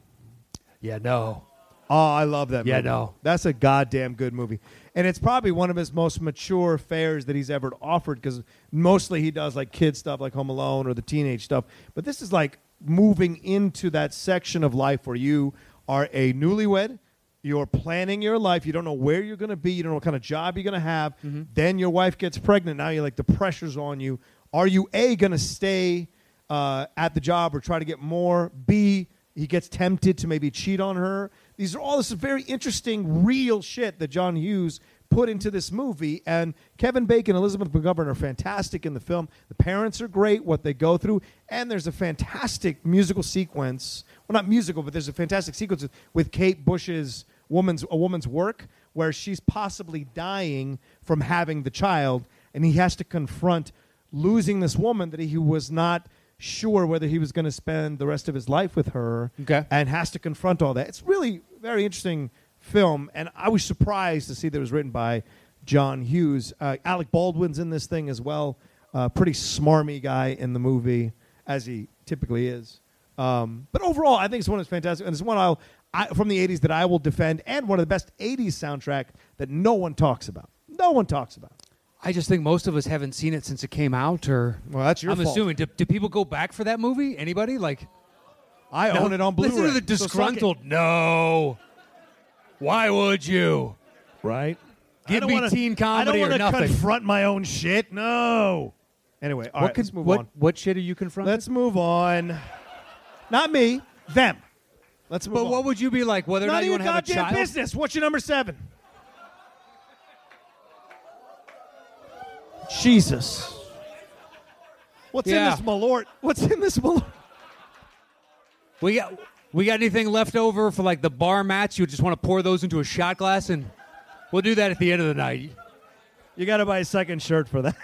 Yeah, no. Oh, I love that Yeah, movie. no. That's a goddamn good movie. And it's probably one of his most mature fares that he's ever offered because mostly he does like kid stuff like Home Alone or the teenage stuff. But this is like moving into that section of life where you are a newlywed, you're planning your life, you don't know where you're going to be, you don't know what kind of job you're going to have. Mm-hmm. Then your wife gets pregnant. Now you're like, the pressure's on you. Are you A, going to stay? uh, at the job or try to get more. B, he gets tempted to maybe cheat on her. These are all this very interesting, real shit that John Hughes put into this movie. And Kevin Bacon, Elizabeth McGovern are fantastic in the film. The parents are great, what they go through. And there's a fantastic musical sequence. Well, not musical, but there's a fantastic sequence with, with Kate Bush's woman's, a woman's work where she's possibly dying from having the child. And he has to confront losing this woman that he was not sure whether he was going to spend the rest of his life with her Okay. and has to confront all that. It's really very interesting film and I was surprised to see that it was written by John Hughes. Uh, Alec Baldwin's in this thing as well. Uh, pretty smarmy guy in the movie as he typically is. Um, but overall, I think it's one that's fantastic, and it's one I'll I, from the '80s that I will defend, and one of the best '80s soundtrack that no one talks about. No one talks about. I just think most of us haven't seen it since it came out, or Well, that's your I'm fault. assuming do, do people go back for that movie? Anybody like I own it on Blu-ray. Listen to the So suck it. disgruntled. no, why would you? right? I Give don't me wanna, teen I don't comedy or wanna nothing. confront my own shit. No. Anyway, all right, what, con- let's move what, on. what shit are you confronting? Let's move on. Not me, them. Let's move but on. what would you be like? Whether or None not of you your want to have a goddamn child? business. What's your number seven? Jesus. What's Yeah. in this malort? What's in this malort? We got we got anything left over for like the bar mats? You just want to pour those into a shot glass, and we'll do that at the end of the night. You got to buy a second shirt for that.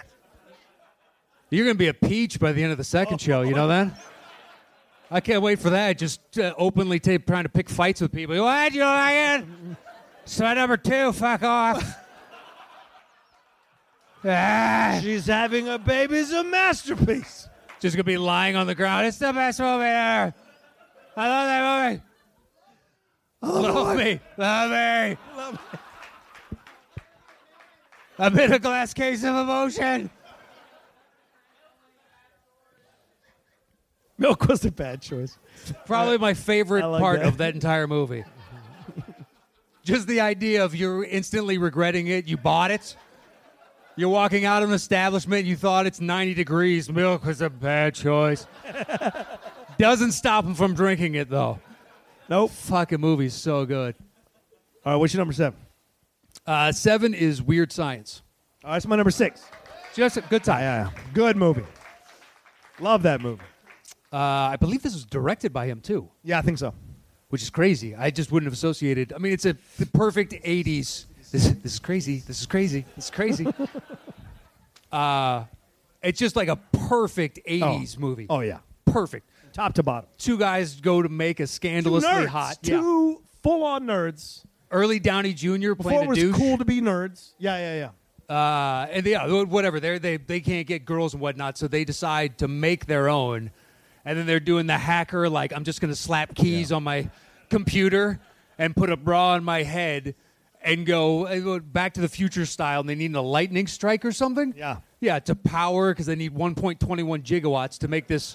You're gonna be a peach by the end of the second show. You know [laughs] that? I can't wait for that. Just uh, openly ta- trying to pick fights with people. What you like it? So number two, fuck off. [laughs] ah, She's having a baby's a masterpiece. just gonna be lying on the ground. It's the best movie ever. I love that movie. Love me, love me. I'm in a glass case of emotion. Milk was a bad choice. Probably my favorite I like part that. of that [laughs] entire movie. Just the idea of you're instantly regretting it. You bought it. You're walking out of an establishment. You thought it's 90 degrees. Milk was a [laughs] bad choice. Doesn't stop him from drinking it though. Nope. Fucking movie's so good. All right, what's your number seven? Uh, seven is Weird Science. All right, that's my number six. Just a good time. Yeah, yeah. Good movie. Love that movie. Uh, I believe this was directed by him too, Yeah, I think so. which is crazy. I just wouldn't have associated. I mean, it's a the perfect '80s. This, this is crazy. This is crazy. This [laughs] is crazy. uh, it's just like a perfect '80s movie. Oh, yeah. perfect. Top to bottom. Two guys go to make a scandalously nerds. hot. Yeah. Two full on nerds. Early Downey Jr. Before playing it a was douche. cool to be nerds. Yeah, yeah, yeah. uh, and yeah, wh- whatever. They they they can't get girls and whatnot, so they decide to make their own, and then they're doing the hacker like I'm just gonna slap keys on my computer and put a bra on my head and go and go Back to the Future style, and they need a lightning strike or something. Yeah. yeah, to power because they need 1.21 gigawatts to make this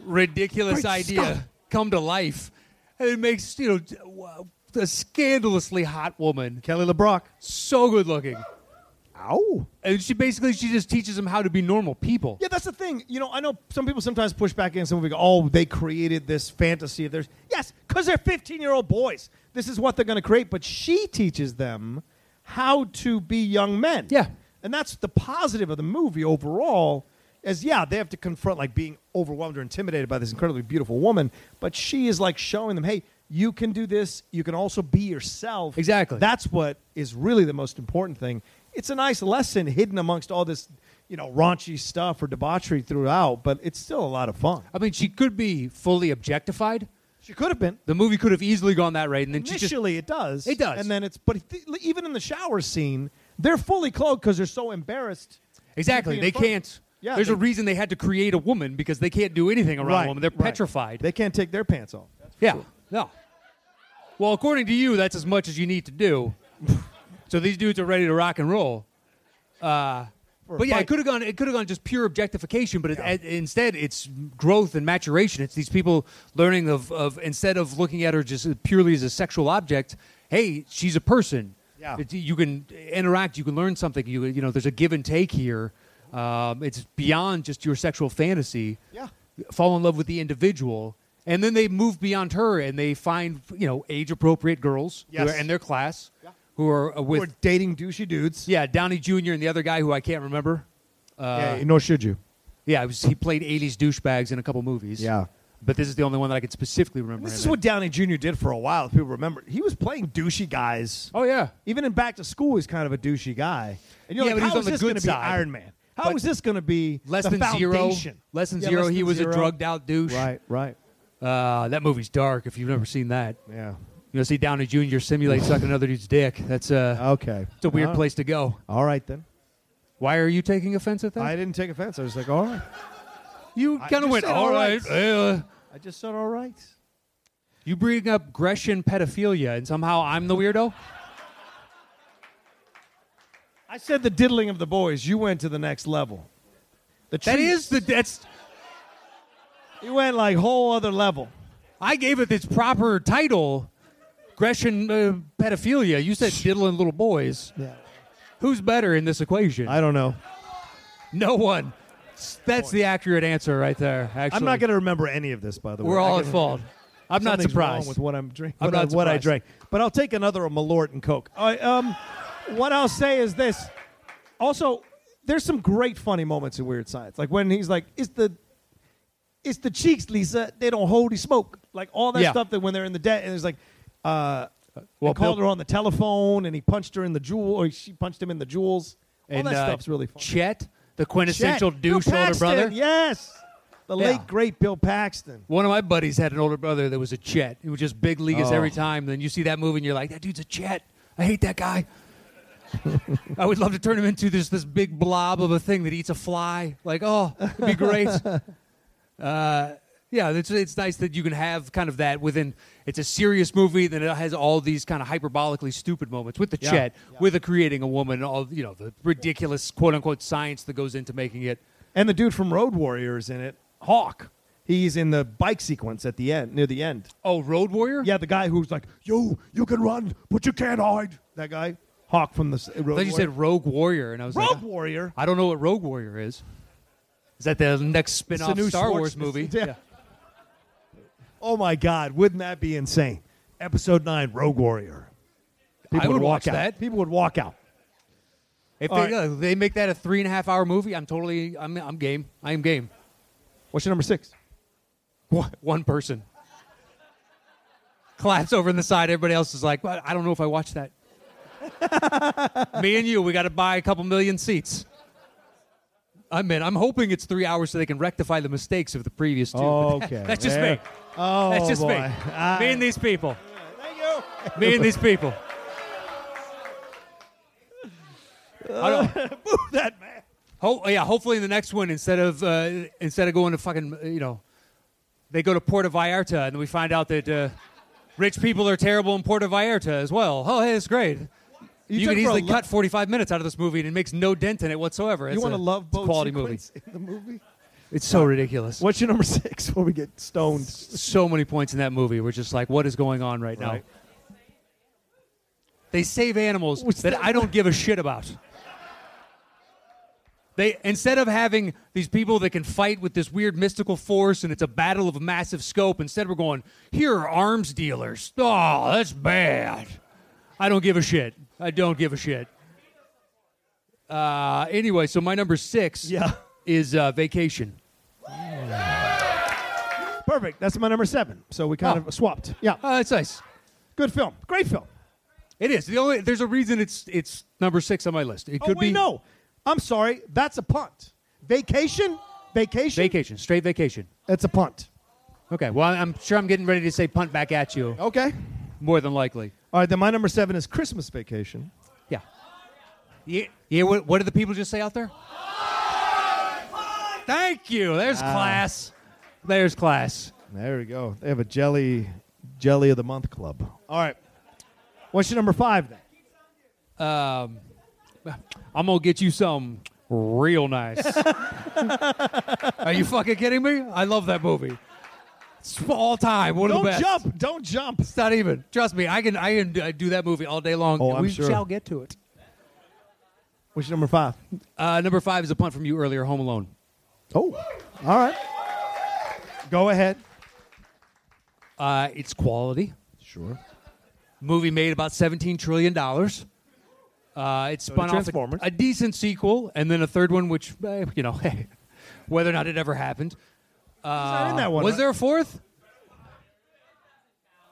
ridiculous Great idea Scott. come to life, and it makes you know. d- w- A scandalously hot woman, Kelly LeBrock. so good looking. Ow. And she basically she just teaches them how to be normal people. Yeah, that's the thing. You know, I know some people sometimes push back against the movie. Go, oh, they created this fantasy of theirs. Yes, because they're 15 year old boys. This is what they're going to create. But she teaches them how to be young men. Yeah. And that's the positive of the movie overall. Is yeah, they have to confront like being overwhelmed or intimidated by this incredibly beautiful woman. But she is like showing them, hey, you can do this. You can also be yourself. Exactly. That that's what is really the most important thing. It's a nice lesson hidden amongst all this, you know, raunchy stuff or debauchery throughout, but it's still a lot of fun. I mean, she could be fully objectified. She could have been. The movie could have easily gone that right, and then she just Initially, it does. It does. And then it's, but th- even in the shower scene, they're fully clothed because they're so embarrassed. exactly She'd be they in front. can't. Yeah, There's they- a reason they had to create a woman because they can't do anything around a woman. They're right. petrified. They can't take their pants off. yeah, no. Well, according to you, that's as much as you need to do. [laughs] so these dudes are ready to rock and roll. Uh, For a But yeah, fight. it could have gone. It could have gone just pure objectification. But it, it- instead, it's growth and maturation. It's these people learning of, of instead of looking at her just purely as a sexual object. Hey, she's a person. Yeah. It- you can interact. You can learn something. You you know, there's a give and take here. Um, it's beyond just your sexual fantasy. Yeah. Fall in love with the individual, and then they move beyond her and they find you know age appropriate girls who Yes. are in their class who are uh, with We're dating douchey dudes. yeah Downey Jr. and the other guy who I can't remember. Uh, Yeah, nor should you. Yeah, it was, he played 80s douchebags in a couple movies. Yeah. But this is the only one that I could specifically remember. This him is in. what Downey Jr. did for a while, if people remember. He was playing douchey guys. Oh, yeah. Even in Back to School, he's kind of a douchey guy. And you're Yeah, like, but he's how on is the this good going to be side. Iron Man? How is But this going to be Less the than zero. foundation? Less than Yeah, zero. less he than was zero. a drugged out douche. Right, right. Uh, that movie's dark if you've never seen that. Yeah. You know, see Downey Jr. simulate sucking another dude's dick. That's uh, Okay. it's a weird All right. place to go. All right, then. Why are you taking offense at that? I didn't take offense. I was like, all right. you I kind of just went, said, all all right. uh." I just said all right. you bring up Gresham pedophilia, and somehow I'm the weirdo? I said the diddling of the boys. You went to the next level. The That treat- is the. That's. You went like whole other level. I gave it its proper title, Gresham uh, pedophilia. You said diddling little boys. Yeah. Who's better in this equation? I don't know. no one. S- That's the accurate answer right there. Actually, I'm not going to remember any of this, by the way. We're I all can- at fault. I'm not something's surprised. Wrong with what I'm drinking. I'm What, I- not what I surprised. drank, but I'll take another Malort and Coke. I, um, what I'll say is this. Also, there's some great funny moments in Weird Science, like when he's like, "It's the, it's the cheeks, Lisa. They don't hold the smoke." Like all that Yeah. stuff that when they're in the debt, and it's like, uh, well, they called Bill- her on the telephone, and he punched her in the jewel, or she punched him in the jewels. All And, that uh, stuff's really funny. Chet, the quintessential Chet, Bill douche older Paxton, brother. Yes, the Yeah. late great Bill Paxton. One of my buddies had an older brother that was a Chet. He was just big leaguers every Oh. time. Then you see that movie and you're like, that dude's a Chet. I hate that guy. [laughs] I would love to turn him into this this big blob of a thing that eats a fly. Like, oh, it'd [laughs] be great. uh, yeah, it's it's nice that you can have kind of that within. It's a serious movie, then it has all these kind of hyperbolically stupid moments with the Yeah. Chet, with the creating a woman, and all you know, the ridiculous quote unquote science that goes into making it. And the dude from Road Warrior is in it, Hawk. He's in the bike sequence at the end, near the end. Oh, Road Warrior. Yeah, the guy who's like, "Yo, you can run, but you can't hide." That guy, Hawk from the s- Road I thought you Warrior. said Rogue Warrior, and I was like, Road Warrior. I don't know what Rogue Warrior is. Is that the next It's spin the off new Star Schwarz- [laughs] Wars movie? Yeah. Oh my God, wouldn't that be insane? Episode nine, Rogue Warrior. People I would walk watch out. that. People would walk out. If All they, uh, they make that a three and a half hour movie, I'm totally, I'm, I'm game. I am game. What's your number six? One, one person. Claps over in the side. Everybody else is like, well, I don't know if I watch that. [laughs] Me and you, we got to buy a couple million seats. I'm in. I'm hoping it's three hours so they can rectify the mistakes of the previous two. but that- Okay, that's just there. me. Oh, That's just me. boy. I- Me and these people. [laughs] Thank you. [laughs] Me and these people. I don't, Boo that man. ho- oh, yeah, hopefully in the next one, instead of uh, instead of going to fucking uh, you know, they go to Puerto Vallarta, and we find out that uh, rich people are terrible in Puerto Vallarta as well. Oh, hey, it's great. You, took can for a easily lo- cut 45 minutes out of this movie, and it makes no dent in it whatsoever. You It's want a to love it's a boat quality movie. sequence in the movie? It's so ridiculous. What's your number six? [laughs] Before we get stoned. so many points in that movie. We're just like, what is going on Right. right, now? They save animals What's that, that? I don't give a shit about. They instead of having these people that can fight with this weird mystical force and it's a battle of massive scope, instead we're going, here are arms dealers. Oh, that's bad. I don't give a shit. I don't give a shit. Uh, anyway, so my number six Yeah. is uh, vacation. Perfect. That's my number seven. So we kind Oh. of swapped. Yeah. Uh, it's nice. Good film. Great film. It is the only. There's a reason it's it's number six on my list. It could oh, wait, be no. I'm sorry. That's a punt. Vacation? Vacation? vacation, straight vacation. That's a punt. Okay. Well, I'm sure I'm getting ready to say punt back at you Okay. more than likely. All right. Then my number seven is Christmas Vacation. Yeah. Yeah. yeah what, what did the people just say out there? Thank you. There's Ah. class. There's class. There we go. They have a jelly, jelly of the month club. All right. What's your number five then? Um, I'm gonna get you some [laughs] real nice. Are you fucking kidding me? I love that movie. It's all time. One of Don't the best. jump. Don't jump. It's not even. Trust me, I can I can uh, do that movie all day long. Oh, and I'm we sure. shall get to it. What's your number five? Uh, number five is a punt from you earlier, Home Alone. Oh. All right. Go ahead. Uh, it's quality. Sure. Movie made about seventeen trillion dollars. Uh, it spun off a, Transformers. a decent sequel and then a third one, which eh, you know, [laughs] whether or not it ever happened. Uh, not in that one. Was right? there a fourth?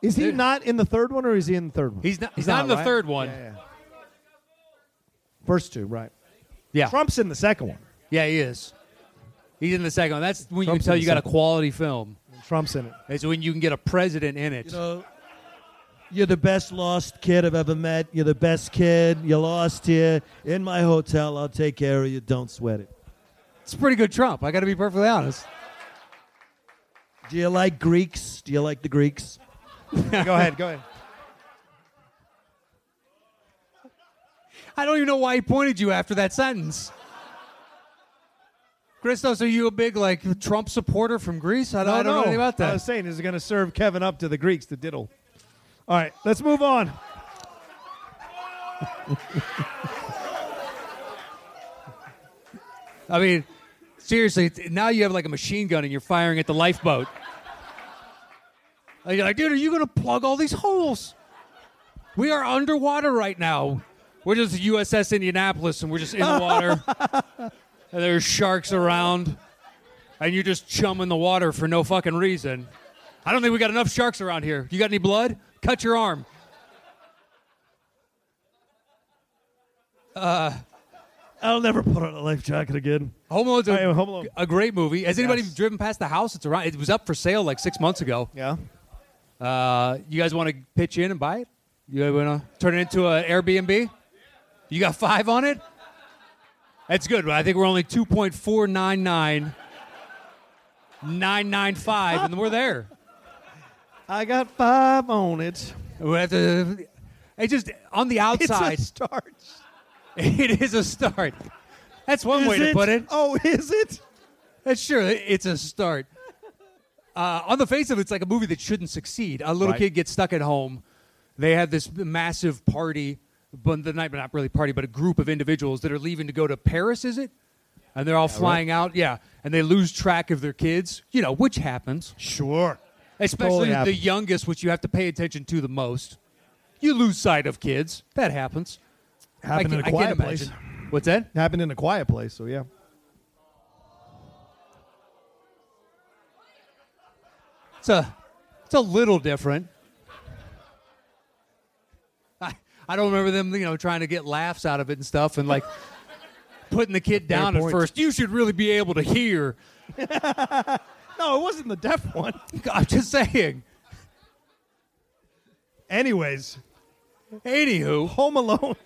Is he Dude. not in the third one, or is he in the third one? He's not. He's, not, in the right? third one. Yeah, yeah. First two, right? Yeah. Trump's in the second one. Yeah, he is. He's in the second one. That's when Trump's you can tell in the you got a second. quality film. Trump's [laughs] in it. It's when you can get a president in it. You're the best lost kid I've ever met. You're the best kid. You lost here in my hotel. I'll take care of you. Don't sweat it. it's pretty good Trump. I got to be perfectly honest. Do you like Greeks? Do you like the Greeks? go ahead. Go ahead. I don't even know why he pointed you after that sentence. Christos, are you a big like Trump supporter from Greece? I don't, I don't know anything about I that. was saying, is it going to serve Kevin up to the Greeks to diddle? All right, let's move on. I mean, seriously, it's- now you have like a machine gun and you're firing at the lifeboat. And you're like, dude, are you going to plug all these holes? We are underwater right now. We're just the USS Indianapolis and we're just in [laughs] the water. and there's sharks around. And you're just chumming the water for no fucking reason. I don't think we got enough sharks around here. You got any blood? Cut your arm. I'll never put on a life jacket again. Home Alone's a, I am Home Alone. a great movie. Has anybody Yes. driven past the house? It's around. It was up for sale like six months ago. Yeah. Uh, you guys want to pitch in and buy it? You want to turn it into an Airbnb? You got five on it? That's good. But I think we're only two point four nine nine nine nine five, and we're there. I got five on it. We have to. It's just on the [laughs] It's outside. [laughs] a start. it is a start. That's one way Is to put it. Oh, is it? That's sure. It's a start. Uh, on the face of it, it's like a movie that shouldn't succeed. A little Right. kid gets stuck at home. They have this massive party, but the night, but not really party, but a group of individuals that are leaving to go to Paris. Is it? And they're all flying out. Yeah, and they lose track of their kids. You know, which happens, Sure. especially the happens. youngest, which you have to pay attention to the most. You lose sight of kids. That happens. I Happened can- in I a quiet can't place. imagine. What's that? Happened in a quiet place. So yeah. It's a, it's a little different. I, I don't remember them, you know, trying to get laughs out of it and stuff, and like putting the kid down at point. first. You should really be able to hear. No, it wasn't the deaf one. [laughs] I'm just saying. Anyways, Anywho, Home Alone.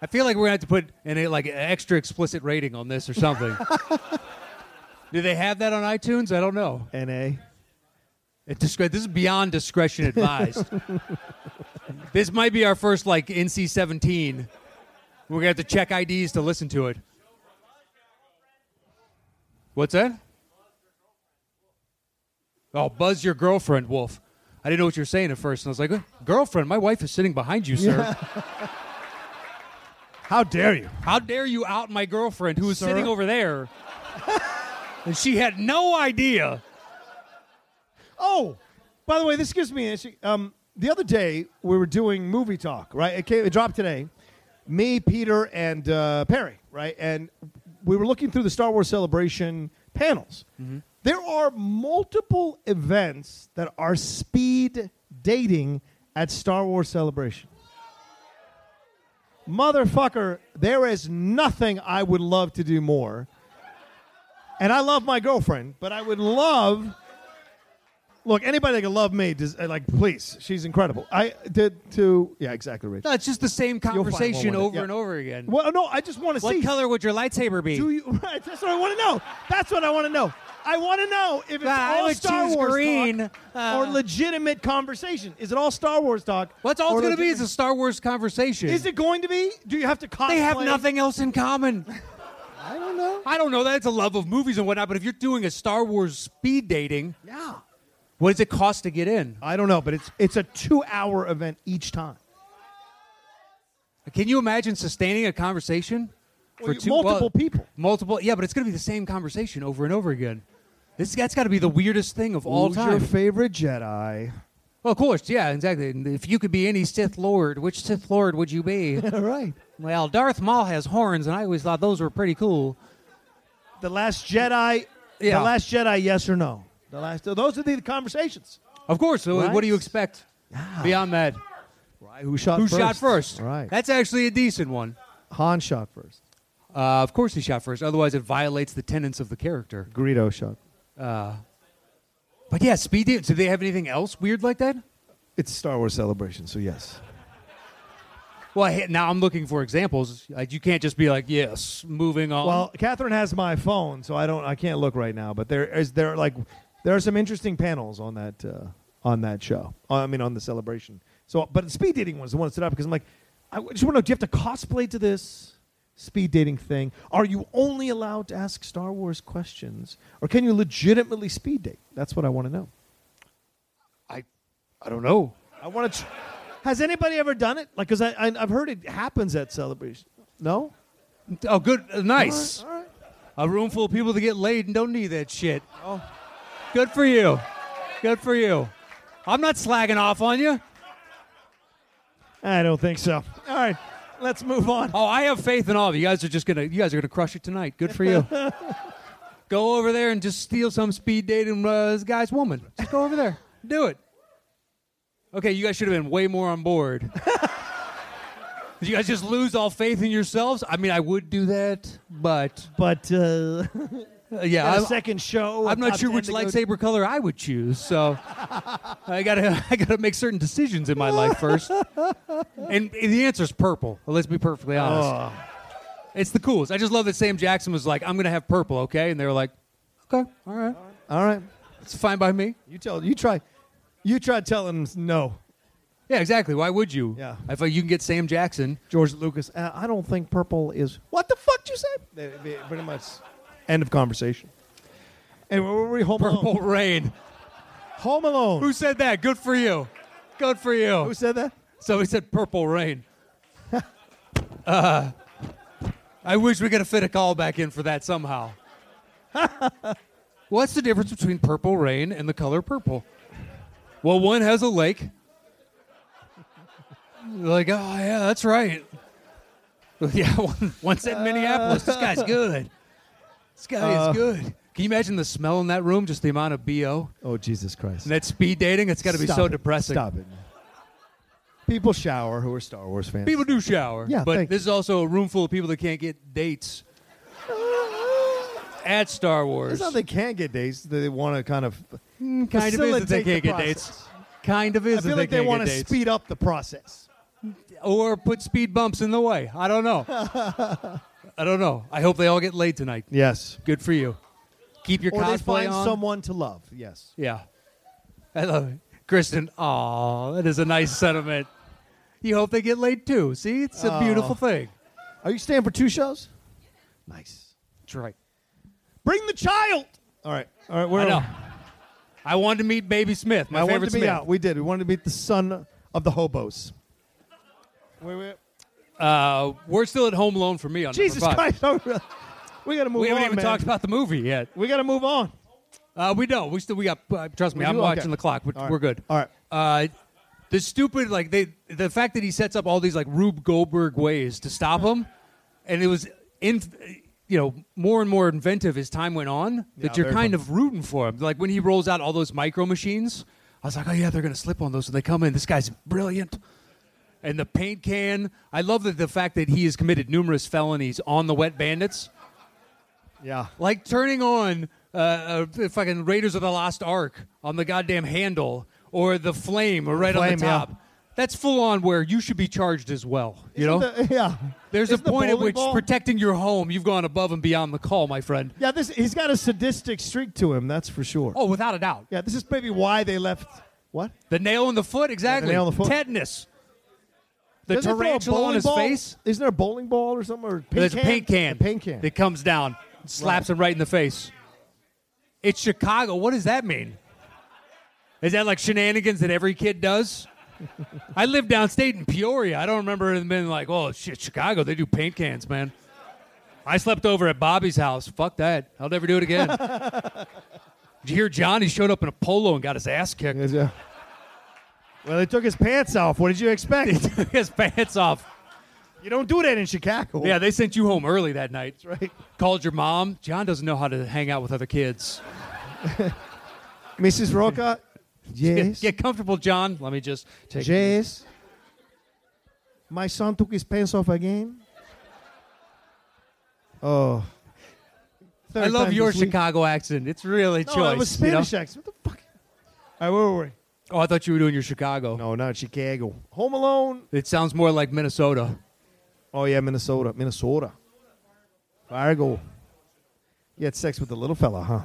I feel like we're gonna have to put an like an extra explicit rating on this or something. Do they have that on iTunes? I don't know. Na. It discre- this is beyond discretion advised. this might be our first like NC seventeen. We're gonna have to check IDs to listen to it. What's that? Oh, buzz your girlfriend, Wolf. I didn't know what you were saying at first, and I was like, "Eh, "Girlfriend, my wife is sitting behind you, sir. How dare you? How dare you out my girlfriend who is Sir? sitting over there?" and she had no idea. Oh, by the way, this gives me an issue. Um, the other day we were doing movie talk, right? It, came, it dropped today. Me, Peter, and uh, Perry, right? And we were looking through the Star Wars Celebration panels. There are multiple events that are speed dating at Star Wars Celebration. Motherfucker, there is nothing I would love to do more. And I love my girlfriend, but I would love Look, anybody that can love me, does, uh, like, please, she's incredible. I did to, yeah, exactly, Rich. No, it's just the same one with conversation it, over yeah. and over again. Well, no, I just want to What see. color would your lightsaber be? Do you? [laughs] Right, that's what I want to know. That's what I want to know. I want to know if it's Ah, I all would Star choose Wars green. talk Uh, or legitimate conversation. Is it all Star Wars talk? What's all or it's going to be is a legitimate- Star Wars conversation. Is it going to be? Do you have to cosplay? they have nothing else in common. I don't know. I don't know that it's a love of movies and whatnot, but if you're doing a Star Wars speed dating, Yeah. what does it cost to get in? I don't know, but it's it's a two-hour event each time. Can you imagine sustaining a conversation for Well, you- two multiple well, people. Multiple, yeah, but it's going to be the same conversation over and over again. This that's got to be the weirdest thing of all Who's time. your favorite Jedi? well, of course, yeah, exactly. And if you could be any Sith Lord, which Sith Lord would you [laughs] be? [laughs] All right. well, Darth Maul has horns, and I always thought those were pretty cool. The Last Jedi. Yeah. The Last Jedi. Yes or no? The last. Those are the conversations. Of course. So Right? What do you expect beyond that? Right. Who shot? Who first? shot first? Right. That's actually a decent one. Han shot first. Uh, of course he shot first. Otherwise, it violates the tenets of the character. Greedo shot. But yeah, speed dating. Do they have anything else weird like that? It's Star Wars Celebration, so yes. Well, I, now I'm looking for examples. Like, you can't just be like, yes, moving on. Well, Catherine has my phone, so I don't. I can't look right now. But there is there like there are some interesting panels on that uh, on that show. Uh, I mean, on the celebration. So, but the speed dating one's the one that stood out because I'm like, I just want to know: Do you have to cosplay to this speed dating thing? Are you only allowed to ask Star Wars questions, or can you legitimately speed date? That's what I want to know. I, I don't know. I want to. Tr- Has anybody ever done it? Like, because I, I I've heard it happens at celebration. No? Oh, good. uh, nice. All right. A room full of people that get laid and don't need that shit. Oh. Good for you. Good for you. I'm not slagging off on you. I don't think so. All right. Let's move on. Oh, I have faith in all of you. You guys are just gonna you guys are gonna crush it tonight. Good [laughs] for you. go over there and just steal some speed dating uh, this guy's woman. Just go over there. Do it. Okay, you guys should have been way more on board. [laughs] Did you guys just lose all faith in yourselves? I mean, I would do that, but But uh, [laughs] uh, yeah, a I'm, second show. I'm not top sure 10 which to go lightsaber color I would choose. [laughs] So I gotta I gotta make certain decisions in my life first. And the answer's purple. Let's be perfectly honest. Oh. It's the coolest. I just love that Sam Jackson was like, "I'm gonna have purple, okay?" And they were like, "Okay, all right, All right. it's fine by me." You tell. You try. You try telling them no. Yeah, exactly. Why would you? Yeah. I thought you can get Sam Jackson. George Lucas. Uh, I don't think purple is. What the fuck you say? They- they- Pretty much. End of conversation. And where were we? Home Purple Alone. rain. Home Alone. Who said that? Good for you. Good for Who you. said that? So he said purple rain. [laughs] uh, I wish we could have fit a call back in for that somehow. [laughs] What's the difference between purple rain and the color purple? Well, one has a lake. [laughs] Like, oh yeah, that's right. [laughs] Yeah, one, one said Minneapolis. This guy's good. This guy Uh. is good. Can you imagine the smell in that room? Just the amount of bo Oh Jesus Christ! and that speed dating. It's got to be Stop so it. depressing. Stop it. man. People shower who are Star Wars fans. People do shower. Yeah, but thank this is also a room full of people that can't get dates at Star Wars. It's not they can get dates. They want to kind of Mm, kind of is that they facilitate the can't get dates. process. Kind of is I feel that like they, they can't want get to dates. speed up the process. or put speed bumps in the way. I don't [laughs] know. I don't know. I hope they all get laid tonight. Yes. Good for you. Keep your Or cosplay they find on. someone to love. Yes. yeah, I love it, Kristen. Aw, that is a nice sentiment. You hope they get laid too. See, it's a beautiful thing. Are you staying for two shows? Nice. That's right. Bring the child. All right. All right. We're I know. I I wanted to meet Baby Smith, my wanted favorite to be Smith. out. We did. We wanted to meet the son of the hobos. Wait, wait. Uh, we're still at home alone for me on Jesus number five. Christ. oh, really? [laughs] We got to move We on. haven't even man. talked about the movie yet. we got to move on. Uh, we don't. We still. We got. Uh, trust me, We I'm do? Okay. watching the clock. We're, All right. we're good. All right. Uh, the stupid like they the fact that he sets up all these like Rube Goldberg ways to stop him, and it was in you know more and more inventive as time went on Yeah, that you're very kind of rooting for him. Like when he rolls out all those micro machines, I was like, oh yeah, they're gonna slip on those when they come in. This guy's brilliant. And the paint can. I love that the fact that he has committed numerous felonies on the Wet Bandits Yeah. like turning on uh, uh, fucking Raiders of the Lost Ark on the goddamn handle or the flame or right on Flame, the yeah. top. That's full on where you should be charged as well. You know, The- [laughs] yeah. there's Isn't a the point at bowling which ball- protecting your home, you've gone above and beyond the call, my friend. Yeah, this he's got a sadistic streak to him, that's for sure. Oh, without a doubt, Yeah, this is maybe why they left. What? the nail in the foot, exactly. nail in the foot. Tetanus. The Doesn't he throw a tarantula on bowling his ball? face. Isn't there a bowling ball or something? Or a paint There's can? a paint can. A paint can. that comes down, slaps him right in the face. It's Chicago. What does that mean? Is that like shenanigans that every [laughs] kid does? I lived downstate in Peoria. I don't remember it being like, oh shit, Chicago. They do paint cans, man. I slept over at Bobby's house. Fuck that. I'll never do [laughs] it again. Did you hear Johnny showed up in a polo and got his ass kicked? Yes, yeah. Well, they took his pants off. What did you He [laughs] expect? took [laughs] his pants off. you don't do that in Chicago. Yeah, they sent you home early that night. that's [laughs] right. Called your mom. John doesn't know how to hang out with other kids. Mrs. [laughs] Roca. Yes. Get, get comfortable, John. Let me just take. Yes. My son took his pants off again. Oh. I Third love time your this week. Chicago accent. It's really No, choice. that was you know? Spanish accent. What the fuck? All right, where were we? Oh, I thought you were doing your Chicago. No, not Chicago. Home Alone. It sounds more like Minnesota. Oh yeah, Minnesota, Minnesota. Fargo. You had sex with the little fella, huh?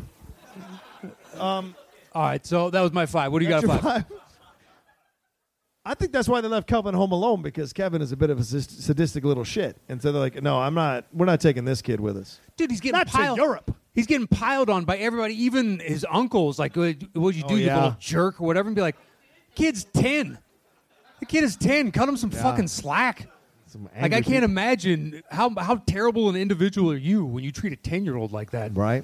All right, so that was my five. What do you got? That's your Five? vibe? I think that's why they left Kevin home alone because Kevin is a bit of a sadist- sadistic little shit, and so they're like, "No, I'm not. We're not taking this kid with us." Dude, he's getting Not piled. to Europe. He's getting piled on by everybody, even his uncles. Like, "What'd- what'd you do, Oh, you yeah. little jerk, or whatever? And be like, kid's ten. The kid is ten. Cut him some fucking slack. Some Like I angry can't imagine how how terrible an individual are you when you treat a ten year old like that. people. Right?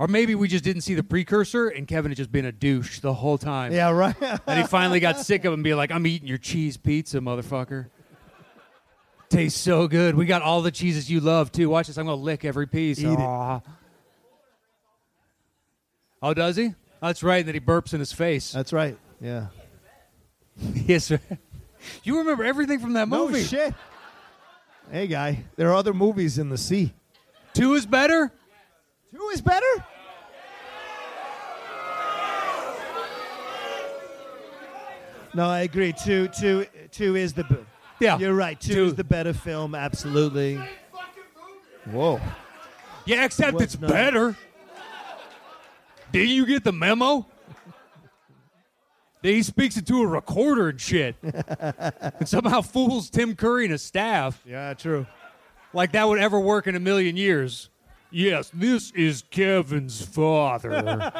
Or maybe we just didn't see the precursor and Kevin had just been a douche the whole time. Yeah, right. [laughs] And he finally got sick of him being like, I'm eating your cheese pizza, motherfucker. Tastes so good. We got all the cheeses you love too. Watch this. I'm gonna lick every piece. Eat it. Aw. Oh, does he? That's right. And then he burps in his face. That's right. Yeah. [laughs] yes, sir. You remember everything from that No movie. shit. Hey, guy, there are other movies in the sea. Two is better. Two is better? No, I agree. Two, two, two is the. b- Yeah. You're right. Two, Two. is the better film. Absolutely. Whoa. Yeah, except What's it's not- better. Did you get the memo? That he speaks into a recorder and shit, and somehow fools Tim Curry and his staff Yeah, true. like that would ever work in a million years. Yes, this is Kevin's father.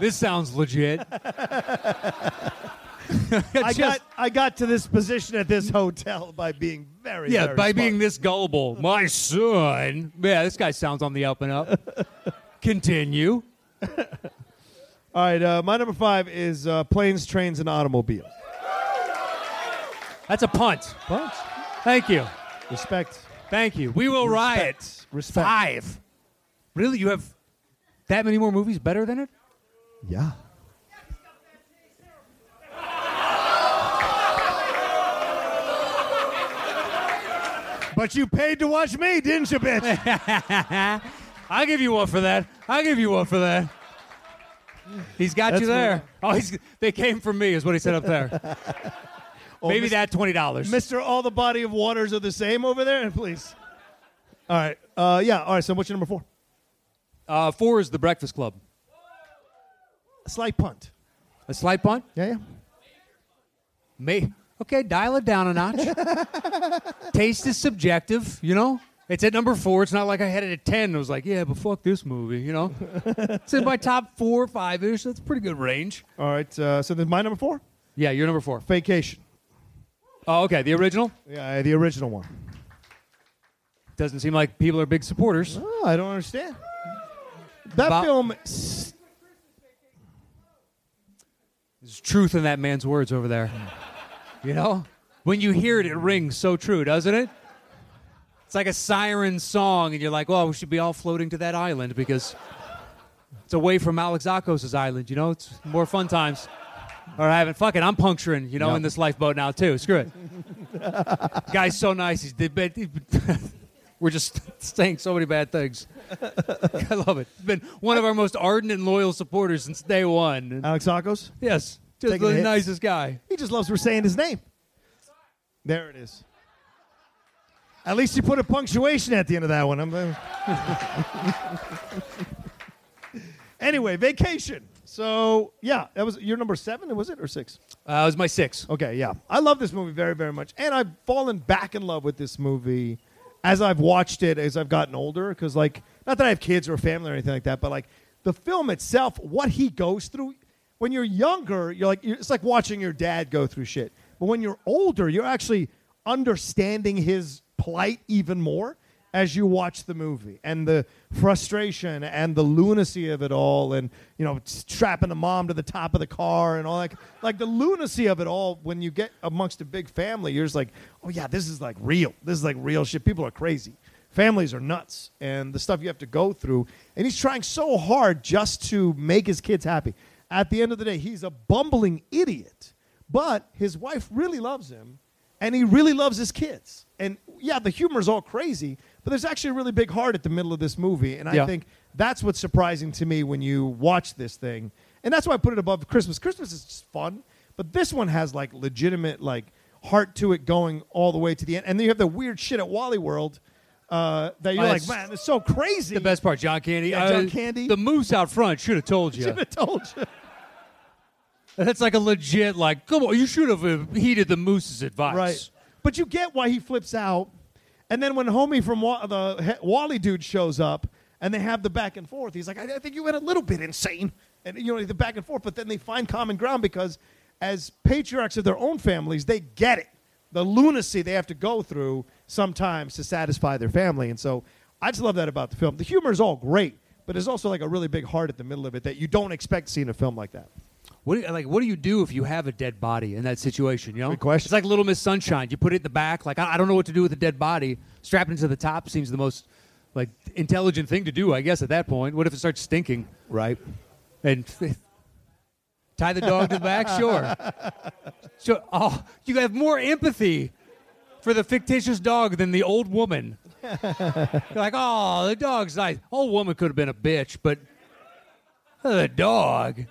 this sounds legit. [laughs] I Just- got I got to this position at this hotel by being very Yeah, very by smart. being this gullible, my son. Yeah, this guy sounds on the up and up. Continue. All right, uh, my number five is uh, planes, trains, and automobiles. That's a punt. Punch. Thank you. Respect. Thank you. We will Respect. riot. Respect. Five. Really? You have that many more movies better than it? Yeah. But you paid to watch me, didn't you, bitch? [laughs] I'll give you one for that. I'll give you one for that. He's got you That's there. Oh, he's, they came from me, is what he said up [laughs] there. Maybe Mis- that twenty dollars. Mister, all the body of waters are the same over there, [laughs] and please. All right. Uh, yeah. All right. So, what's your number four? Uh, four is the Breakfast Club. A slight punt. A slight punt. Yeah. Yeah. May okay, dial it down a notch. Taste is subjective, you know. It's at number four. It's not like I had it at ten. I was like, yeah, but fuck this movie, you know. it's in my top four or five ish. That's a pretty good range. All right. Uh, so, then my number four, Yeah, you're number four. vacation. Oh, okay, the original Yeah, the original one. doesn't seem like people are big supporters. Oh, I don't understand. That Bo- [laughs] film. s- There's truth in that man's words over there. You know? When you hear it, it rings so true, doesn't it? It's like a siren song, and you're like, well, we should be all floating to that island because it's away from Alex Akos' island, you know? It's more fun times. Or I haven't. Fuck it, I'm puncturing, you know, in this lifeboat now, too. Screw it. Guy's so nice. He's did, but [laughs] we're just saying so many bad things. [laughs] I love it. He's been one of our most ardent and loyal supporters since day one. And Alex Akos. Yes, just Taking the the hits. nicest guy. He just loves we're saying his name. There it is. At least you put a punctuation at the end of that one. I'm, [laughs] anyway, vacation. So yeah, that was your number seven, was it or six? Uh, it was my six. Okay, yeah, I love this movie very, very much, and I've fallen back in love with this movie as I've watched it as I've gotten older. Because like, not that I have kids or a family or anything like that, but like the film itself, what he goes through. When you're younger, you're like you're, it's like watching your dad go through shit. But when you're older, you're actually understanding his plight even more as you watch the movie and the frustration and the lunacy of it all and you know trapping the mom to the top of the car and all that like the lunacy of it all when you get amongst a big family you're just like oh yeah this is like real this is like real shit people are crazy families are nuts and the stuff you have to go through and he's trying so hard just to make his kids happy at the end of the day he's a bumbling idiot but his wife really loves him and he really loves his kids. And yeah, the humor's all crazy, but there's actually a really big heart at the middle of this movie. And I Yeah. think that's what's surprising to me when you watch this thing. And that's why I put it above Christmas. Christmas is just fun, but this one has like legitimate like heart to it going all the way to the end. And then you have the weird shit at Wally World uh, that you're Oh, like, that's man, it's so crazy. [laughs] The best part, John Candy. Yeah, John Candy. The moose out front should have told you. Should have told you. That's like a legit. Like, come on, you should have uh, heeded the moose's advice. Right. But you get why he flips out. And then when homie from Wa- the he- Wally dude shows up and they have the back and forth, he's like, I, I think you went a little bit insane. And, you know, the back and forth. But then they find common ground because as patriarchs of their own families, they get it. the lunacy they have to go through sometimes to satisfy their family. And so I just love that about the film. The humor is all great, but there's also like a really big heart at the middle of it that you don't expect to see in a film like that. What do you, like? What do you do if you have a dead body in that situation? You know, Good question. It's like Little Miss Sunshine. You put it in the back. Like I, I don't know what to do with a dead body. Strap it to the top seems the most like intelligent thing to do, I guess. At that point, what if it starts stinking? Right. And tie the dog to the back. Sure. So, oh, you have more empathy for the fictitious dog than the old woman. You're like, oh, the dog's nice. Old woman could have been a bitch, but the dog.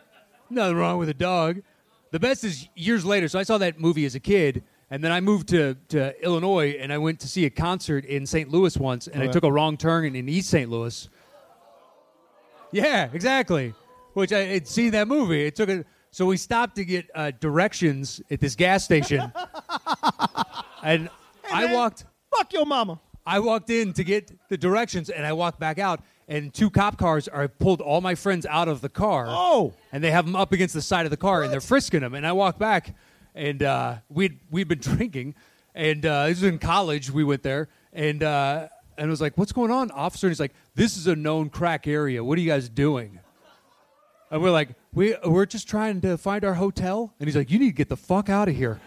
Nothing wrong with a dog. The best is years later. So I saw that movie as a kid, and then I moved to, to Illinois, and I went to see a concert in St. Louis once, and I Right. took a wrong turn in, in East St. Louis. Yeah, exactly. Which I had seen that movie. It took a so we stopped to get uh, directions at this gas station, [laughs] and I man. walked. Fuck your mama. I walked in to get the directions, and I walked back out, and two cop cars are pulled all my friends out of the car. Oh. And they have them up against the side of the car, and they're frisking them. And I walk back, and uh, we'd we'd been [laughs] drinking, and uh, this was in college. We went there, and uh, and I was like, "What's going on, officer?" And he's like, "This is a known crack area. What are you guys doing?" And we're like, "We we're just trying to find our hotel." And he's like, "You need to get the fuck out of here."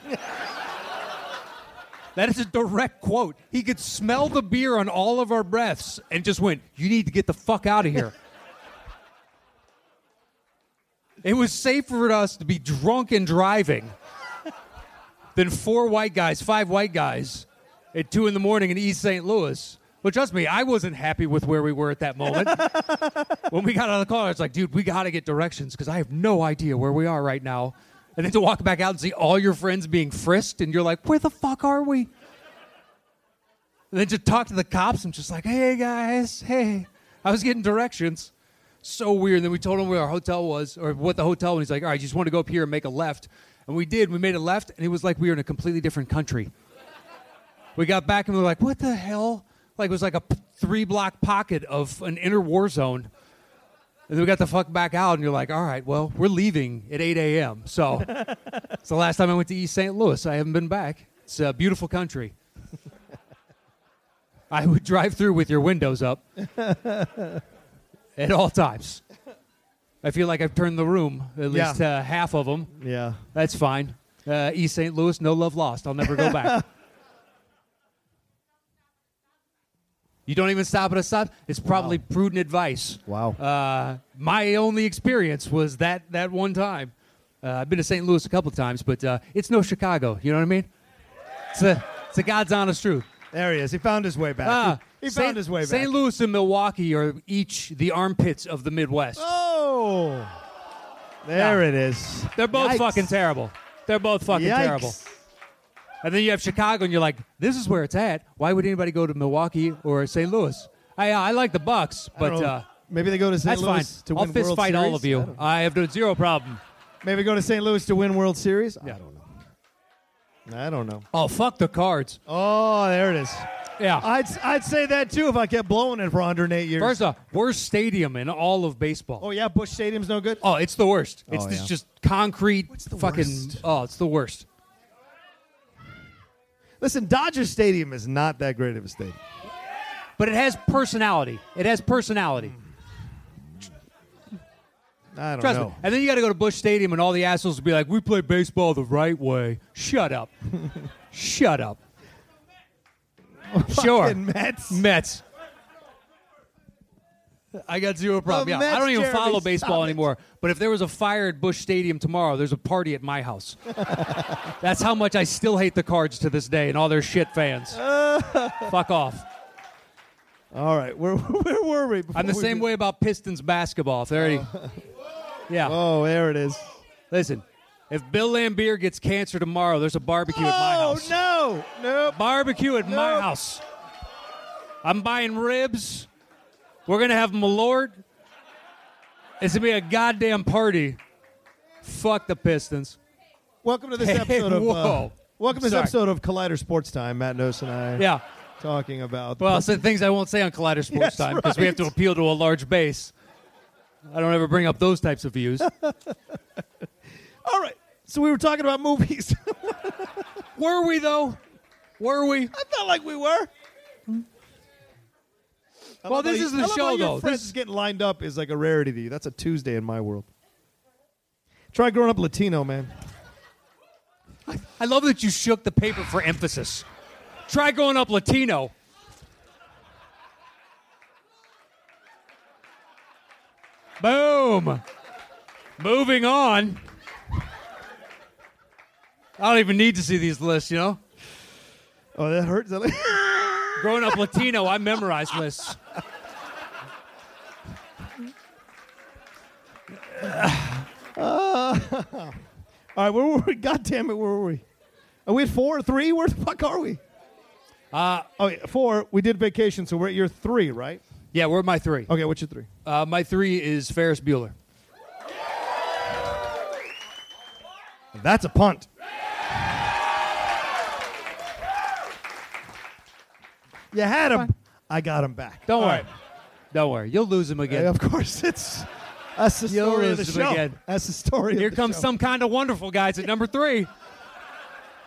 That is a direct quote. He could smell the beer on all of our breaths and just went, You need to get the fuck out of here. it was safer for us to be drunk and driving than four white guys, five white guys at two in the morning in East St. Louis. Well, trust me, I wasn't happy with where we were at that moment. when we got out of the car, I was like, dude, we got to get directions because I have no idea where we are right now. And then to walk back out and see all your friends being frisked, and you're like, where the fuck are we? And then to talk to the cops, I'm just like, hey guys, hey. I was getting directions. So weird. And then we told him where our hotel was or what the hotel was. He's like, all right, you just want to go up here and make a left. And we did. We made a left, and it was like we were in a completely different country. We got back and we were like, what the hell? Like, it was like a p- three block pocket of an inner war zone. And then we got the fuck back out, and you're like, all right, well, we're leaving at 8 a.m. So it's the last time I went to East St. Louis. I haven't been back. It's a beautiful country. I would drive through with your windows up at all times. I feel like I've turned the room, at Yeah. least uh, half of them. Yeah. That's fine. Uh, East St. Louis, no love lost. I'll never go back. [laughs] you don't even stop at a stop. It's probably prudent advice. Wow. Uh, my only experience was that that one time. Uh, I've been to St. Louis a couple times, but uh, it's no Chicago. You know what I mean? It's a, it's a God's honest truth. There he is. He found his way back. Ah, he he St. found his way back. St. Louis and Milwaukee are each the armpits of the Midwest. Oh. There it is. They're both Yikes. fucking terrible. They're both fucking Yikes. terrible. And then you have Chicago, and you're like, this is where it's at. Why would anybody go to Milwaukee or St. Louis? I, uh, I like the Bucks, I don't but know. uh, maybe they go to St. that's fine. Louis to I'll win fist World fight all Series? of I you. don't know. I have no zero problem. Maybe go to St. Louis to win World Series. Yeah. I don't know. I don't know. Oh, fuck the cards. Oh, there it is. Yeah. I'd I'd say that too if I kept blowing it for 108 years. First off, worst stadium in all of baseball. oh yeah, Bush Stadium's no good. Oh, it's the worst. It's Oh, this yeah. just concrete the fucking. worst? Oh, it's the worst. Listen, Dodger Stadium is not that great of a stadium. But it has personality. It has personality. I don't Trust know. me. And then you got to go to Bush Stadium, and all the assholes will be like, "We play baseball the right way." [laughs] Shut up. Shut up. sure. Fucking Mets. Mets. I got zero problem. The Yeah, Mets, I don't even Jeremy, follow stop baseball it. anymore. But if there was a fire at Bush Stadium tomorrow, there's a party at [laughs] my house. That's how much I still hate the Cards to this day and all their shit [laughs] fans. Fuck off. All right, where [laughs] where were we? before I'm the we same did- way about Pistons basketball. If they're any- [laughs] yeah. Oh, there it is. Listen, if Bill Lambier gets cancer tomorrow, there's a barbecue at my Oh house. no, nope. Barbecue at my Nope. house. I'm buying ribs. We're gonna have Malort. It's gonna be a goddamn party. Fuck the Pistons. Welcome to this [laughs] Hey, episode of. Uh, whoa. welcome to this Sorry. episode of Collider Sports Time. Matt Nose and I. Yeah. Talking about. Well, some things I won't say on Collider Sports Yes, Time because we right. have to appeal to a large base. I don't ever bring up those types of views. all right. So we were talking about movies. [laughs] Were we though? Were we? I felt like we were. I Well, love how oh, this you- is the I love show, how your though. Friends This- getting lined up is like a rarity to you. That's a Tuesday in my world. Try growing up Latino, man. I love that you shook the paper for emphasis. Try going up Latino. Boom. Moving on. I don't even need to see these lists, you know? Oh, that hurts. [laughs] Growing up Latino, I memorized lists. All right, where were we? [laughs] God damn it, where were we? Are we at four or three? Where the fuck are we? Uh, oh, yeah, four. We did vacation, so we're at your three, right? Yeah, where are my three? Okay, what's your three? Uh, my three is Ferris Bueller. That's a punt. You had him. I got him back. Don't All worry. Don't worry. You'll lose him right. again. Yeah, of course, it's that's the You'll story of the lose him show. again. That's the story. of Here the comes show. some kind of wonderful, guys, at number three.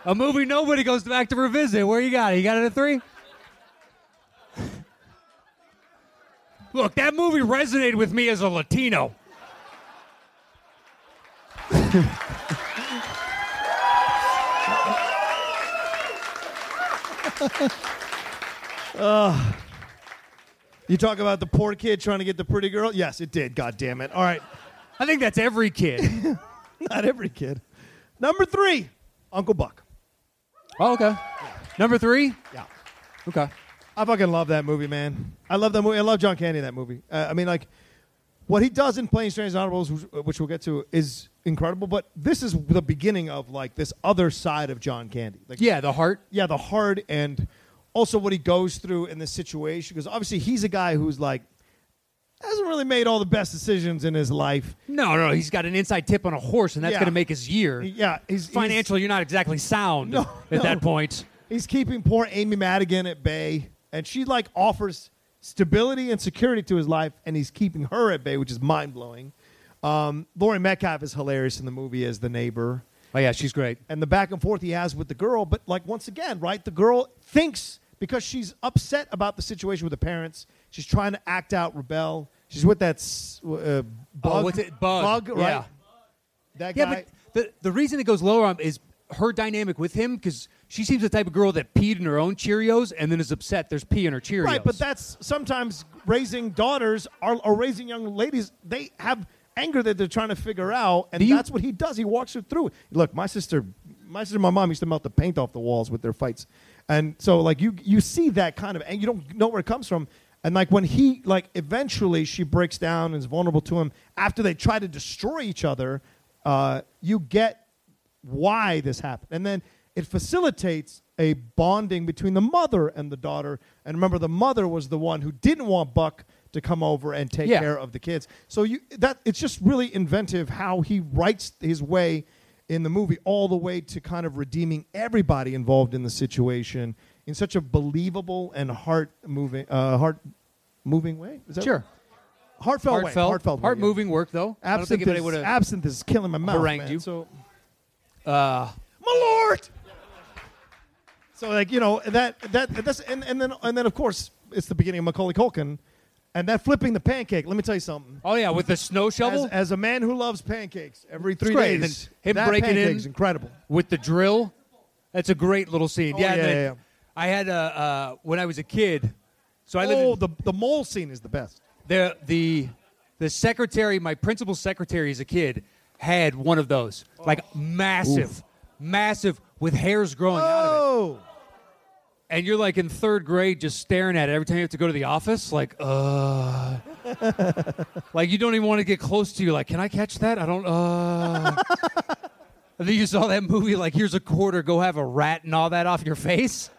A movie nobody goes back to revisit. Where you got it? You got it at three? Look, that movie resonated with me as a Latino. You talk about the poor kid trying to get the pretty girl. Yes, it did. God damn it. All right, [laughs] I think that's every kid. not every kid. Number three, Uncle Buck. oh, okay. Number three? Yeah. Okay. I fucking love that movie, man. I love that movie. I love John Candy in that movie. Uh, I mean, like, what he does in Planes, Trains, and Automobiles, which, which we'll get to, is incredible. But this is the beginning of like this other side of John Candy. Like, Yeah, the heart. yeah, the hard and also what he goes through in this situation. Because obviously, he's a guy who's like hasn't really made all the best decisions in his life. No, no, he's got an inside tip on a horse, and that's Yeah. going to make his year. Yeah, he's he's- Financially, you're not exactly sound No, at no. that point. He's keeping poor Amy Madigan at bay, and she like offers stability and security to his life, and he's keeping her at bay, which is mind blowing. Um, Laurie Metcalf is hilarious in the movie as the neighbor, Oh, yeah, she's great. and the back and forth he has with the girl. But like once again, right, the girl thinks because she's upset about the situation with the parents, she's trying to act out, rebel. She's with that s- uh, bug, what's Oh, it? Bug, right? yeah. That Yeah, guy. but the the reason it goes lower on is her dynamic with him because she seems the type of girl that peed in her own Cheerios and then is upset there's pee in her Cheerios. Right, but that's sometimes raising daughters are, or raising young ladies, they have anger that they're trying to figure out, and Do you- that's what he does. He walks her through. it. Look, my sister, my sister, and my mom used to melt the paint off the walls with their fights, and so like you, you see that kind of, and you don't know where it comes from. And like when he, like eventually, she breaks down and is vulnerable to him after they try to destroy each other. Uh, you get why this happened. And then it facilitates a bonding between the mother and the daughter. And remember, the mother was the one who didn't want Buck to come over and take Yeah. care of the kids. So you that it's just really inventive how he writes his way in the movie all the way to kind of redeeming everybody involved in the situation in such a believable and heart moving uh, heart moving way. Is that sure, heartfelt, way? heartfelt, Heartfelt, way, heart yeah. moving work though. I don't Absinthe think anybody is, would have. absinthe is killing my mouth. harangued man. you. Uh, So, my lord. So like you know that that that's and, and then and then of course it's the beginning of Macaulay Culkin, and that flipping the pancake. Let me tell you something. oh yeah, with the snow As, shovel, as a man who loves pancakes, every three great. And days, then him that breaking in- pancake's incredible. with the drill. That's a great little scene. Oh, yeah, and yeah, then yeah, yeah. I had a uh, when I was a kid, so I lived. oh, in, the the mole scene is the best. the the the secretary, my principal secretary as a kid, had one of those Oh. like massive, massive with hairs growing out of it. Oh, and you're like in third grade just staring at it every time you have to go to the office like uh [laughs] like you don't even want to get close to you like can i catch that i don't uh i think you saw that movie like here's a quarter go have a rat and all that off your face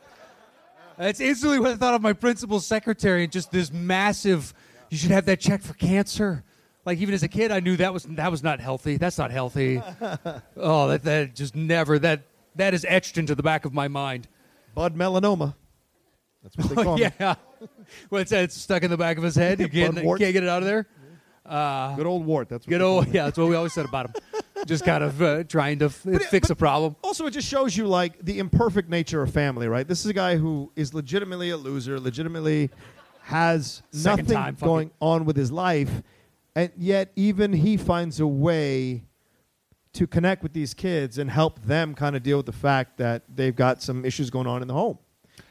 that's instantly what i thought of my principal's secretary and just this massive you should have that check for cancer like even as a kid i knew that was that was not healthy that's not healthy oh that that just never that that is etched into the back of my mind bud melanoma. That's [laughs] what they call him. Oh, yeah. What's that? It's stuck in the back of [laughs] his head. You Bud can't, wart. can't get it out of there. Good old wart. That's what Good they call old. him. Yeah, that's what we always said about him. just kind of uh, trying to f- fix a problem. Also, it just shows you like the imperfect nature of family, right? This is a guy who is legitimately a loser, legitimately has Second nothing time, fuck going on with his life, and yet even he finds a way to connect with these kids and help them kind of deal with the fact that they've got some issues going on in the home.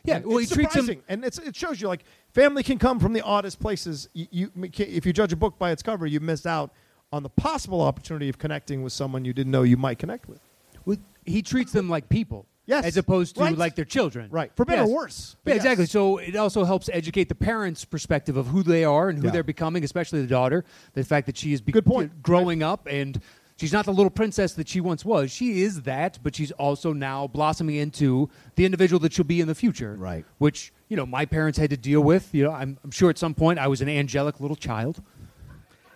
Yeah, And well, it's he treats 'em- surprising. and it's, it shows you like family can come from the oddest places. You, you if you judge a book by its cover, you miss out on the possible opportunity of connecting with someone you didn't know you might connect with. Well, He treats them like people, Yes. as opposed to Right. like their children, Right. For better or worse. Yeah, Yes. exactly. So it also helps educate the parents' perspective of who they are and who Yeah. they're becoming, especially the daughter. The fact that she is be- Good point. growing up and she's not the little princess that she once was. She is that, but she's also now blossoming into the individual that she'll be in the future. Right. Which you know my parents had to deal with. You know, I'm, I'm sure at some point I was an angelic little child.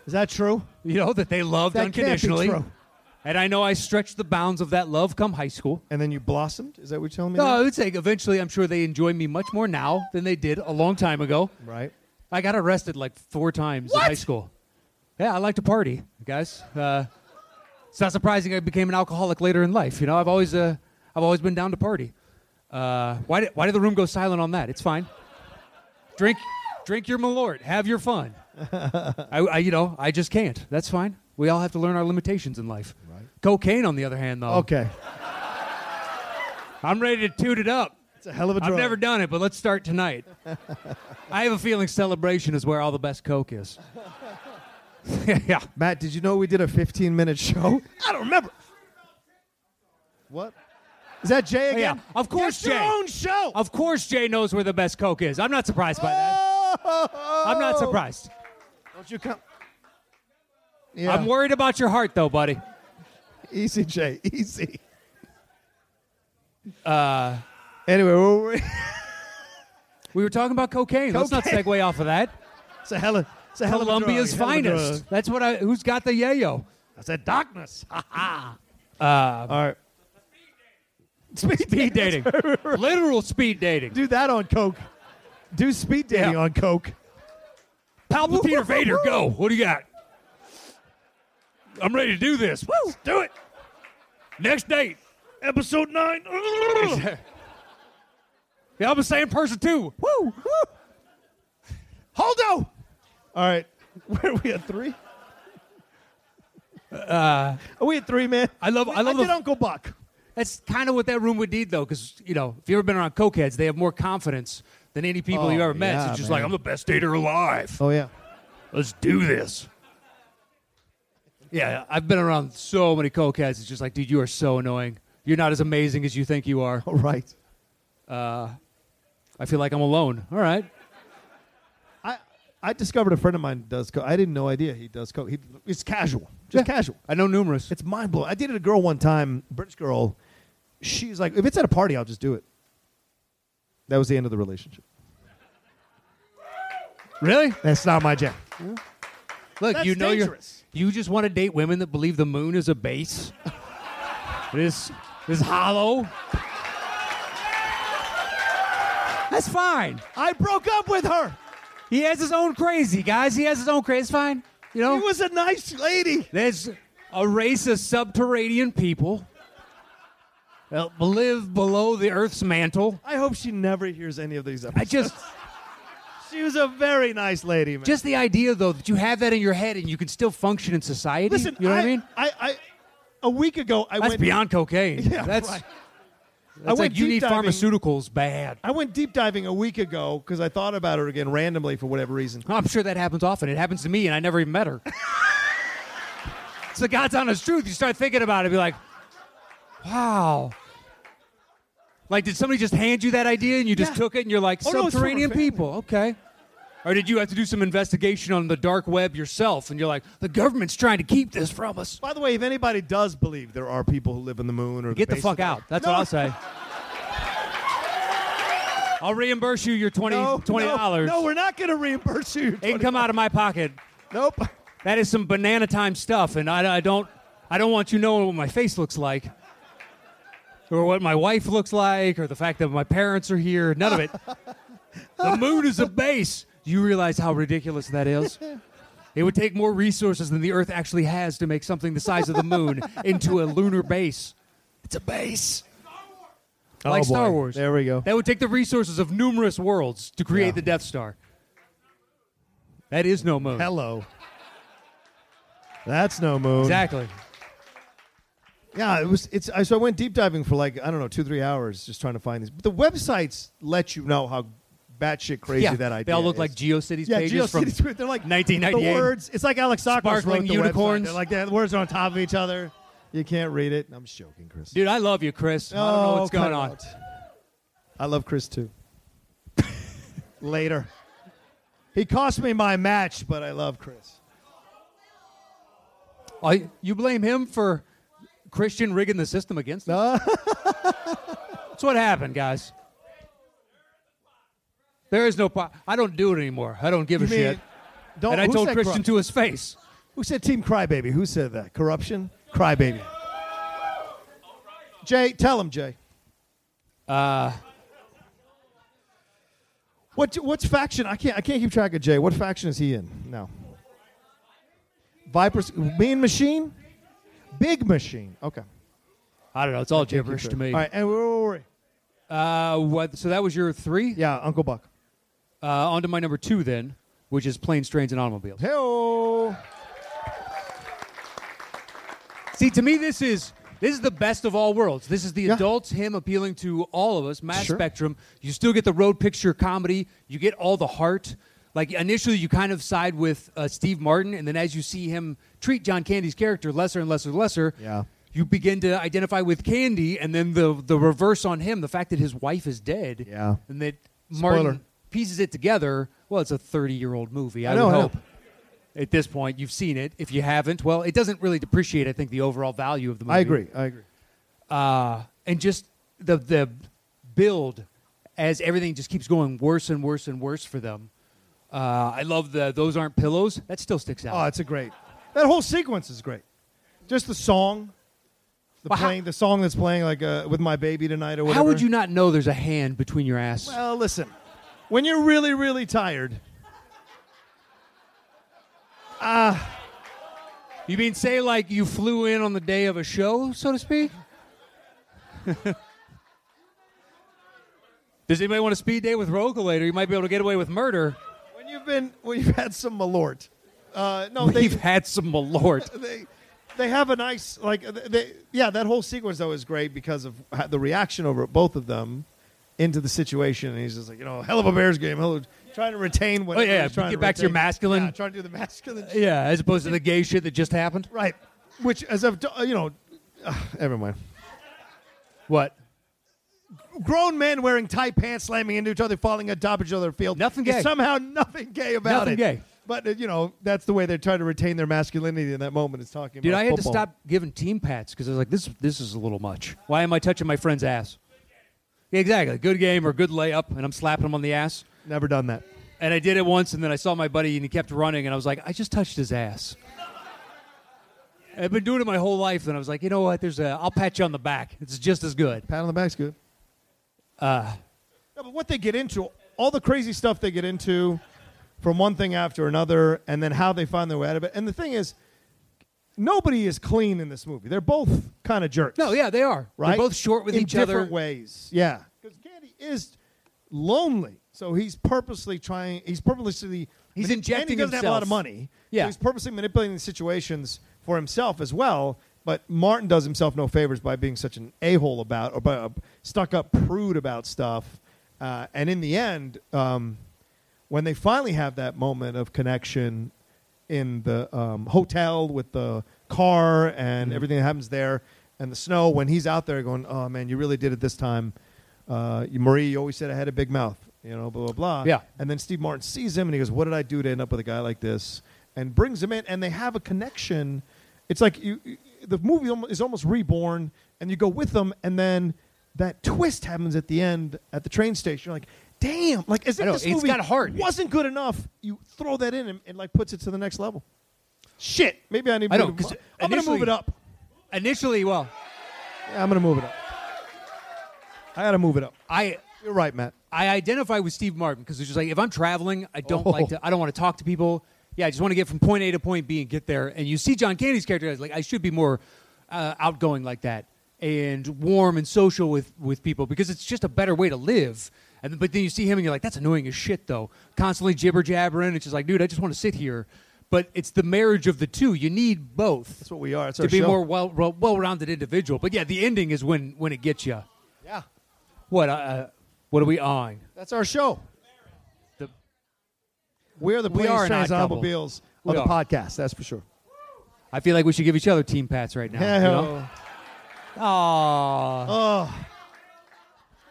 Is that true? You know that they loved That can't be unconditionally. true. And I know I stretched the bounds of that love come high school. And then you blossomed? Is that what you're telling me? No, now? I would say eventually I'm sure they enjoy me much more now than they did a long time ago. Right. I got arrested like four times in high school. Yeah, I like to party, guys. Uh, it's not surprising I became an alcoholic later in life. You know, I've always, uh, I've always been down to party. Uh, why, did, why did the room go silent on that? It's fine. Drink, drink your Malort. Have your fun. I, I, you know, I just can't. That's fine. We all have to learn our limitations in life. Right. Cocaine, on the other hand, though, Okay. I'm ready to toot it up. It's a hell of a drug. I've never done it, but let's [laughs] start tonight. I have a feeling celebration is where all the best coke is. [laughs] yeah. Matt, did you know we did a 15 minute show? [laughs] I don't remember. What? Is that Jay yeah. again? Of course, That's your Jay. own show. Of course Jay knows where the best coke is. I'm not surprised by that. Oh. I'm not surprised. Don't you come? Yeah. I'm worried about your heart though, buddy. easy, Jay. Easy. Uh. Anyway, where were [laughs] we? We were talking about cocaine. Let's not Cocaine. segue off of that. it's a hell of, it's a hell of a drug, Colombia's hell of a drug. finest. That's what I who's got the yayo? That's a darkness. Ha Uh, ha. All right. Speed dating. [laughs] Speed dating. Literal speed dating. Do that on Coke. Do speed dating Yeah. on Coke. Palpatine or Vader, go. [laughs] What do you got? I'm ready to do this. Woo. Let's do it. Next date. Episode [laughs] nine. Yeah, I'm the same person too. Woo! Holdo! All right. [laughs] Where are we at three? [laughs] are we at three, man? I love- I love did the- Uncle Buck. That's kind of what that room would need, though, because, you know, if you've ever been around cokeheads, they have more confidence than any people Oh, you've ever met. So yeah, it's just man. like, I'm the best dater alive. Oh yeah. Let's do this. Yeah, I've been around so many cokeheads. It's just like, dude, you are so annoying. You're not as amazing as you think you are. All right. I feel like I'm alone. All right. I I discovered a friend of mine does Coke. I didn't no idea he does Coke. He, it's casual, just Yeah. casual. I [laughs] know numerous. It's mind blowing. I dated a girl one time, British girl. She's like, if it's at a party, I'll just do it. That was the end of the relationship. really? That's not my jam. Look, That's you know you're- dangerous. you just want to date women that believe the moon is [laughs] a base. it is it is hollow. That's fine. I broke up with her. He has his own crazy, guys. He has his own crazy. It's fine. You know? She was a nice lady. There's a race of subterranean people that live below the earth's mantle. I hope she never hears any of these I episodes. just she was a very nice lady, man. just the idea though that you have that in your head and you can still function in society. listen. you know what I mean? I, I, a week ago, I That's went beyond cocaine. Yeah, that's right. that's I like went you deep need diving- pharmaceuticals bad. I went deep diving a week ago because I thought about her again randomly for whatever reason. I'm sure that happens often. It happens to me, and I never even met her. it's the God's honest truth. You start thinking about it, be like, wow. Like, did somebody just hand you that idea and you just Yeah. took it and you're like, Oh, no, it's from her subterranean family. people, okay. Or did you have to do some investigation on the dark web yourself and you're like, the government's trying to keep this from us? By the way, if anybody does believe there are people who live in the moon or Get the base of fuck out. That's what No. I'll say. I'll reimburse you your 20 Oh, No, $20. No, no, we're not going to reimburse you. it can come out of my pocket. Nope. That is some banana time stuff, and I, I don't, I don't want you knowing what my face looks like, or what my wife looks like, or the fact that my parents are here. None of it. the moon is a base. You realize how ridiculous that is. It would take more resources than the Earth actually has to make something the size of the moon into a lunar base. It's a base. like Oh, boy. Star Wars. There we go. That would take the resources of numerous worlds to create Yeah. the Death Star. That is no moon. Hello. That's no moon. Exactly. Yeah, it was. It's. I, so I went deep diving for like I don't know two three hours just trying to find these. But the websites let you know how batshit crazy yeah, that idea. they all look is. like GeoCities yeah, pages from GeoCities. they're like 1998. The words. It's like Alex Sokos Sparkling wrote the unicorns. Website. They're like the words are on top of each other. You can't read it. I'm just joking, Chris. [laughs] Dude, I love you, Chris. I don't know Oh, what's cut going it on. out. I love Chris [laughs] too. Later. He cost me my match, but I love Chris. I- you blame him for Christian rigging the system [laughs] against us? That's what happened, guys. There is no. Po- I don't do it anymore. I don't give a You mean- shit. Don't, And I who told said Christian corrupt- to his face. Who said Team Crybaby? Who said that? Corruption? Crybaby. Jay, tell him, Jay. Uh, what, what's faction? I can't, I can't keep track of Jay. What faction is he in? No. Vipers, Mean Machine? Big Machine. Okay. I don't know. It's all gibberish Keep to track. me. All right, and where were we? Uh, what? So that was your three. Yeah, Uncle Buck. Uh, on to my number two then, which is planes, trains, and automobiles. Hey, See, to me, this is this is the best of all worlds. This is the Yeah. adults him appealing to all of us, mass Sure. spectrum. You still get the road picture comedy. You get all the heart. Like initially, you kind of side with uh, Steve Martin, and then as you see him treat John Candy's character lesser and lesser and lesser, Yeah. you begin to identify with Candy, and then the the reverse on him, the fact that his wife is dead, Yeah. and that Spoiler. Martin pieces it together. Well, it's a thirty year old movie. I, I know, would I know. hope at this point. You've seen it. If you haven't, well, it doesn't really depreciate, I think, the overall value of the movie. I agree. I agree. Uh, and just the the build as everything just keeps going worse and worse and worse for them. Uh, I love the those aren't pillows. That still sticks out. Oh, it's a great. That whole sequence is great. Just the song, the But how- playing, the song that's playing like uh, with my baby tonight or whatever. How would you not know there's a hand between your ass? Well, listen, when you're really, really tired, you mean say like you flew in on the day of a show, so to speak? [laughs] Does anybody want a speed day with Roca later? You might be able to get away with murder. when you've been, when you've had some malort. Uh, no, they, We've had some malort. they, they have a nice like they, yeah. That whole sequence though is great because of how- the reaction over both of them into the situation. And he's just like, you know, hell of a Bears game. Hell of, trying to retain what. Oh, yeah, get back to your masculine. Yeah, trying to do the masculine. shit. Yeah, as opposed to the gay shit that just happened. Right. Which, as I've, do- uh, you know, uh, never mind. What? Grown men wearing tight pants slamming into each other, falling on top of each other in the field. Nothing There's gay. Somehow [laughs] nothing gay about Nothing it. gay. But, uh, you know, that's the way they're trying to retain their masculinity in that moment is talking Dude, about I had football. to stop giving team pats because I was like, this this is a little much. Why am I touching my friend's ass? Yeah, exactly. Good game or good layup, and I'm slapping him on the ass. Never done that. And I did it once, and then I saw my buddy, and he kept running, and I was like, I just touched his ass. I've been doing it my whole life, and I was like, you know what? There's a, I'll pat you on the back. It's just as good. Pat on the back's good. Uh, no, but what they get into, all the crazy stuff they get into from one thing after another, and then how they find their way out of it. And the thing is, nobody is clean in this movie. They're both kind of jerks. No, yeah, they are. right? They're both short with in each other. different ways. Yeah, because Candy is lonely, so he's purposely trying. He's purposely He's And he injecting doesn't have a lot himself. of money. Yeah. so he's purposely manipulating the situations for himself as well. But Martin does himself no favors by being such an a hole about or by a stuck up prude about stuff. Uh, and in the end, um, when they finally have that moment of connection in the um, hotel with the car and Mm-hmm. everything that happens there and the snow when he's out there going oh man you really did it this time uh, you- marie you always said i had a big mouth you know blah blah blah Yeah. and then steve martin sees him and he goes what did i do to end up with a guy like this and brings him in and they have a connection it's like you, you- the movie almo- is almost reborn and you go with them and then that twist happens at the end at the train station You're like damn like as I if know, this it's movie got heart. wasn't good enough you throw that in and, and like puts it to the next level Shit. Maybe I need. I to know, move 'cause it up. I'm gonna initially- move it up. Initially, well, Yeah, I'm gonna move it up. I gotta move it up. I You're right, Matt. I identify with Steve Martin because it's just like if I'm traveling, I don't like Oh. to. I don't want to talk to people. yeah, I just want to get from point A to point B and get there. And you see John Candy's character as like, I should be more uh, outgoing like that and warm and social with, with people because it's just a better way to live. And then- but then you see him and you're like, that's annoying as shit though. Constantly jibber jabbering. It's just like, dude, I just want to sit here. But it's the marriage of the two. You need both That's what we are. It's to our be show. more well, well well-rounded individual. But yeah, the ending is when when it gets you. Yeah, What uh, what are we on? that's our show. The- We're the We Planes, are an Trains, odd and couple. Automobiles We of the are. podcast. That's for sure. I feel like we should give each other team pats right now. you know? Aw, Oh,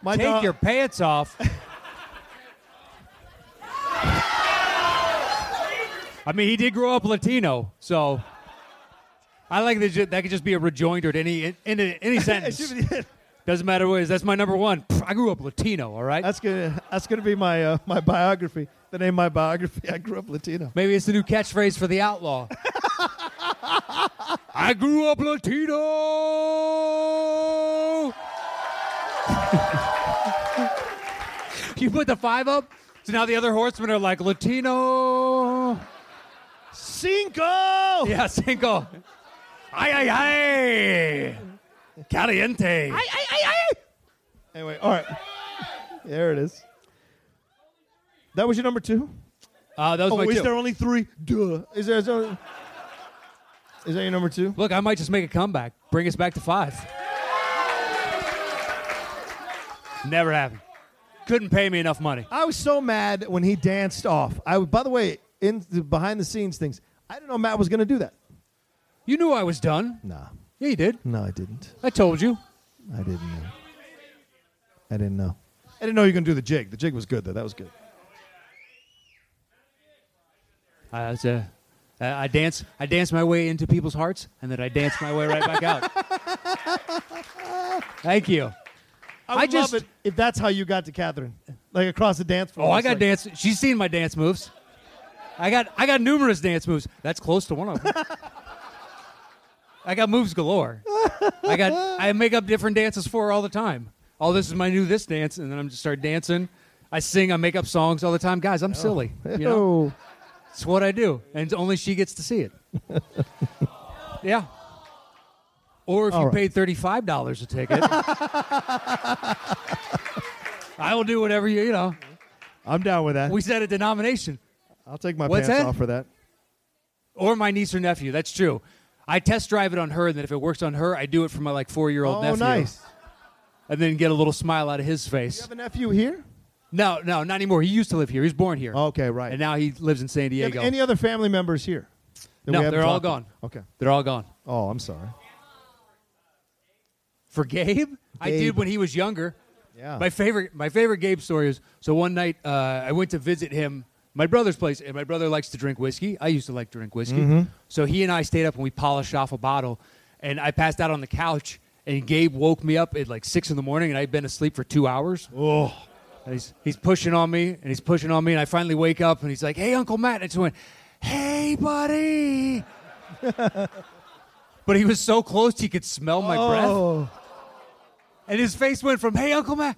my take dog. your [laughs] pants off. I mean, he did grow up Latino, so I like that. ju- That could just be a rejoinder to any in, [laughs] any sentence. Doesn't matter what it is. That's my number one. Pff, I grew up Latino. All right. that's gonna that's gonna be my uh, my biography. The name of my biography. [laughs] I grew up Latino. Maybe it's the new catchphrase for the outlaw. [laughs] I grew up Latino. you put the five up, so now the other horsemen are like Latino. Cinco. [laughs] Yeah, cinco. Ay ay ay. Caliente. Ay ay ay ay. Anyway, all right. There it is. That was your number two. Uh, that was Oh, my is two. there only three? Duh. Is there? Is, there, is that your number two? Look, I might just make a comeback. Bring us back to five. Never happened. Couldn't pay me enough money. I was so mad when he danced off. I by the way, in the behind the scenes things, I didn't know Matt was going to do that. You knew I was done. Nah, Yeah, you did. no, I didn't. I told you. I didn't know. I didn't know. I didn't know you were going to do the jig. The jig was good though. That was good. I, was, uh, I I dance. I dance my way into people's hearts, and then I dance my way right back out. Thank you. I would would I just- love love it it if that's how you got to Catherine, like across the dance floor. Oh, I got dance. She's seen my dance moves. I got I got numerous dance moves. That's close to one of them. I got moves galore. I got I make up different dances for her all the time. Oh, this is my new this dance, and then I'm just start dancing. I sing. I make up songs all the time, guys. I'm silly. You know? oh, It's what I do, and only she gets to see [laughs] it. yeah. Or if All you right. paid thirty-five dollars [laughs] a ticket, I will do whatever you you know. I'm down with that. We set a denomination, I'll take my What's pants that? off for that. or my niece or nephew. That's true. I test drive it on her, and then if it works on her, I do it for my like four-year-old oh, nephew, nice. and then get a little smile out of his You face. have a nephew here? No, no, not anymore. He used to live here. He was born here, Okay, Oh, right. and now he lives in San Do you have Diego. any other family members here? that No, we haven't they're all talked to? Okay. They're all gone. Oh, I'm sorry. For Gabe, I did Gabe. when he was younger. Yeah. My favorite, my favorite Gabe story is so one night uh, I went to visit him, my brother's place, and my brother likes to drink whiskey. I used to like to drink whiskey, Mm-hmm. so he and I stayed up and we polished off a bottle, and I passed out on the couch, and Gabe woke me up at like six in the morning, and I'd been asleep for two hours. oh, And he's he's pushing on me, and he's pushing on me, and I finally wake up, and he's like, "Hey, Uncle Matt," and I just went, "Hey, buddy." [laughs] But he was so close he could smell my breath. oh. And his face went from, hey, Uncle Matt.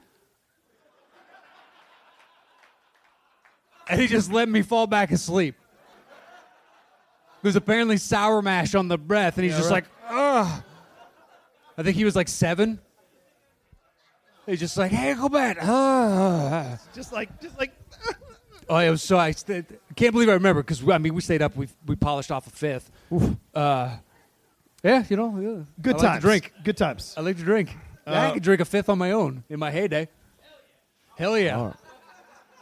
And he just let me fall back asleep. There's apparently sour mash on the breath, and he's Yeah, just right. like, ugh. I think he was like seven. He's just like, hey, Uncle Matt. ugh." Just like, just like. Oh, it was so I st- can't believe I remember because I mean we stayed up, we we polished off a fifth. Uh, yeah, you know, yeah. Good I like to times. drink. Good times. I like to drink. Yeah, I Uh, could drink a fifth on my own in my heyday. Hell yeah. All right.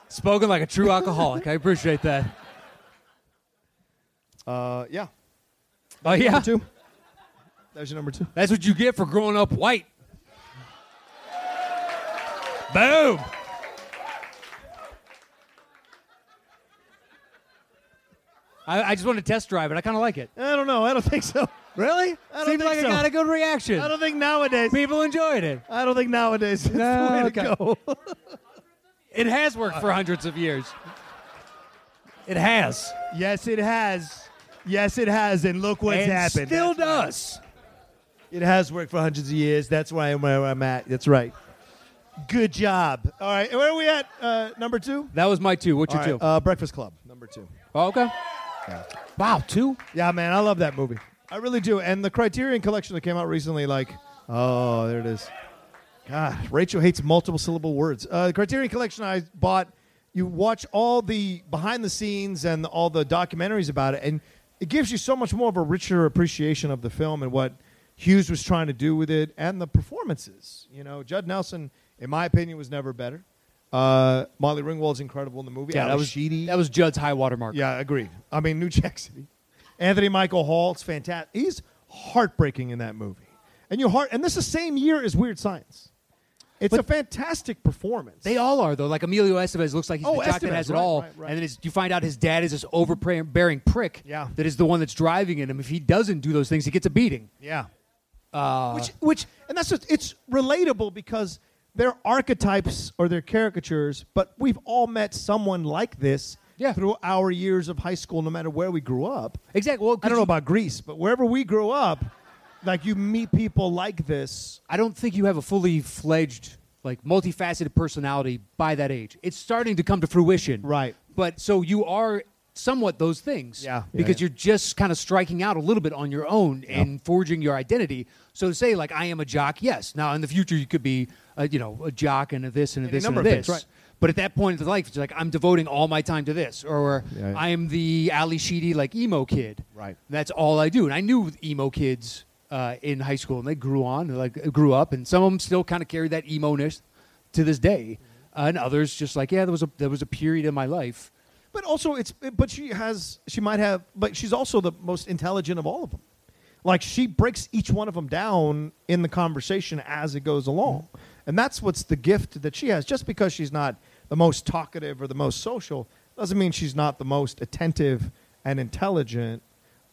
Spoken like a true alcoholic. I appreciate that. Uh, yeah. Oh, yeah. Number two. That was your number two. That's what you get for growing up white. Boom. I, I just want to test drive it. I kind of like it. I don't know. I don't think so. Really? I don't think Seems like so. I got a good reaction. I don't think nowadays. People enjoyed it. I don't think nowadays. It's No, the way okay. to go. It has worked for hundreds of years. It has. yes, it has. Yes, it has. And look what's and happened. still does. it has worked for hundreds of years. That's why I'm where I'm at. That's right. Good job. All right. Where are we at? Uh, number two? That was my two. What's All your right, two? Uh, Breakfast Club, number two. oh, okay. Wow, two? Yeah, man, I love that movie. I really do. And the Criterion collection that came out recently, like, oh, there it is. God, Rachel hates multiple syllable words. Uh, the Criterion collection I bought, you watch all the behind the scenes and all the documentaries about it, and it gives you so much more of a richer appreciation of the film and what Hughes was trying to do with it and the performances. You know, Judd Nelson, in my opinion, was never better. Uh, Molly Ringwald's incredible in the movie. Yeah, Al that was Sheedy. That was Judd's high water mark. Yeah, agreed. I mean, New Jack City. Anthony Michael Hall's fantastic. He's heartbreaking in that movie. And you heart and this is the same year as Weird Science. It's But- a fantastic performance. They all are though. Like Emilio Estevez looks like he's Oh, the jock that Estevez, has it right, all, right, right. and then it's, you find out his dad is this overbearing prick. Yeah. that is the one that's driving at him. If he doesn't do those things, he gets a beating. Yeah. Uh, which which and that's just it's relatable because they're archetypes or they're caricatures, but we've all met someone like this Yeah. through our years of high school, no matter where we grew up. Exactly. Well, I don't know about Greece, but wherever we grew up, like you meet people like this I don't think you have a fully fledged, like multifaceted personality by that age. It's starting to come to fruition. Right. But so you are somewhat those things. Yeah. Yeah, Because yeah. you're just kind of striking out a little bit on your own and forging your identity. So to say, like, I am a jock, yes. Now in the future, you could be, a, you know, a jock and a this and a Any this number and a of this. things, right. But at that point in life, it's like I'm devoting all my time to this, or Yeah, yeah. I am the Ali Sheedy like emo kid. Right. That's all I do. And I knew emo kids uh, in high school, and they grew on, like grew up, and some of them still kind of carry that emo ness to this day, uh, and others just like, yeah, there was a there was a period in my life. But also, it's but she has she might have but she's also the most intelligent of all of them. Like she breaks each one of them down in the conversation as it goes along, and that's what's the gift that she has. Just because she's not the most talkative or the most social doesn't mean she's not the most attentive and intelligent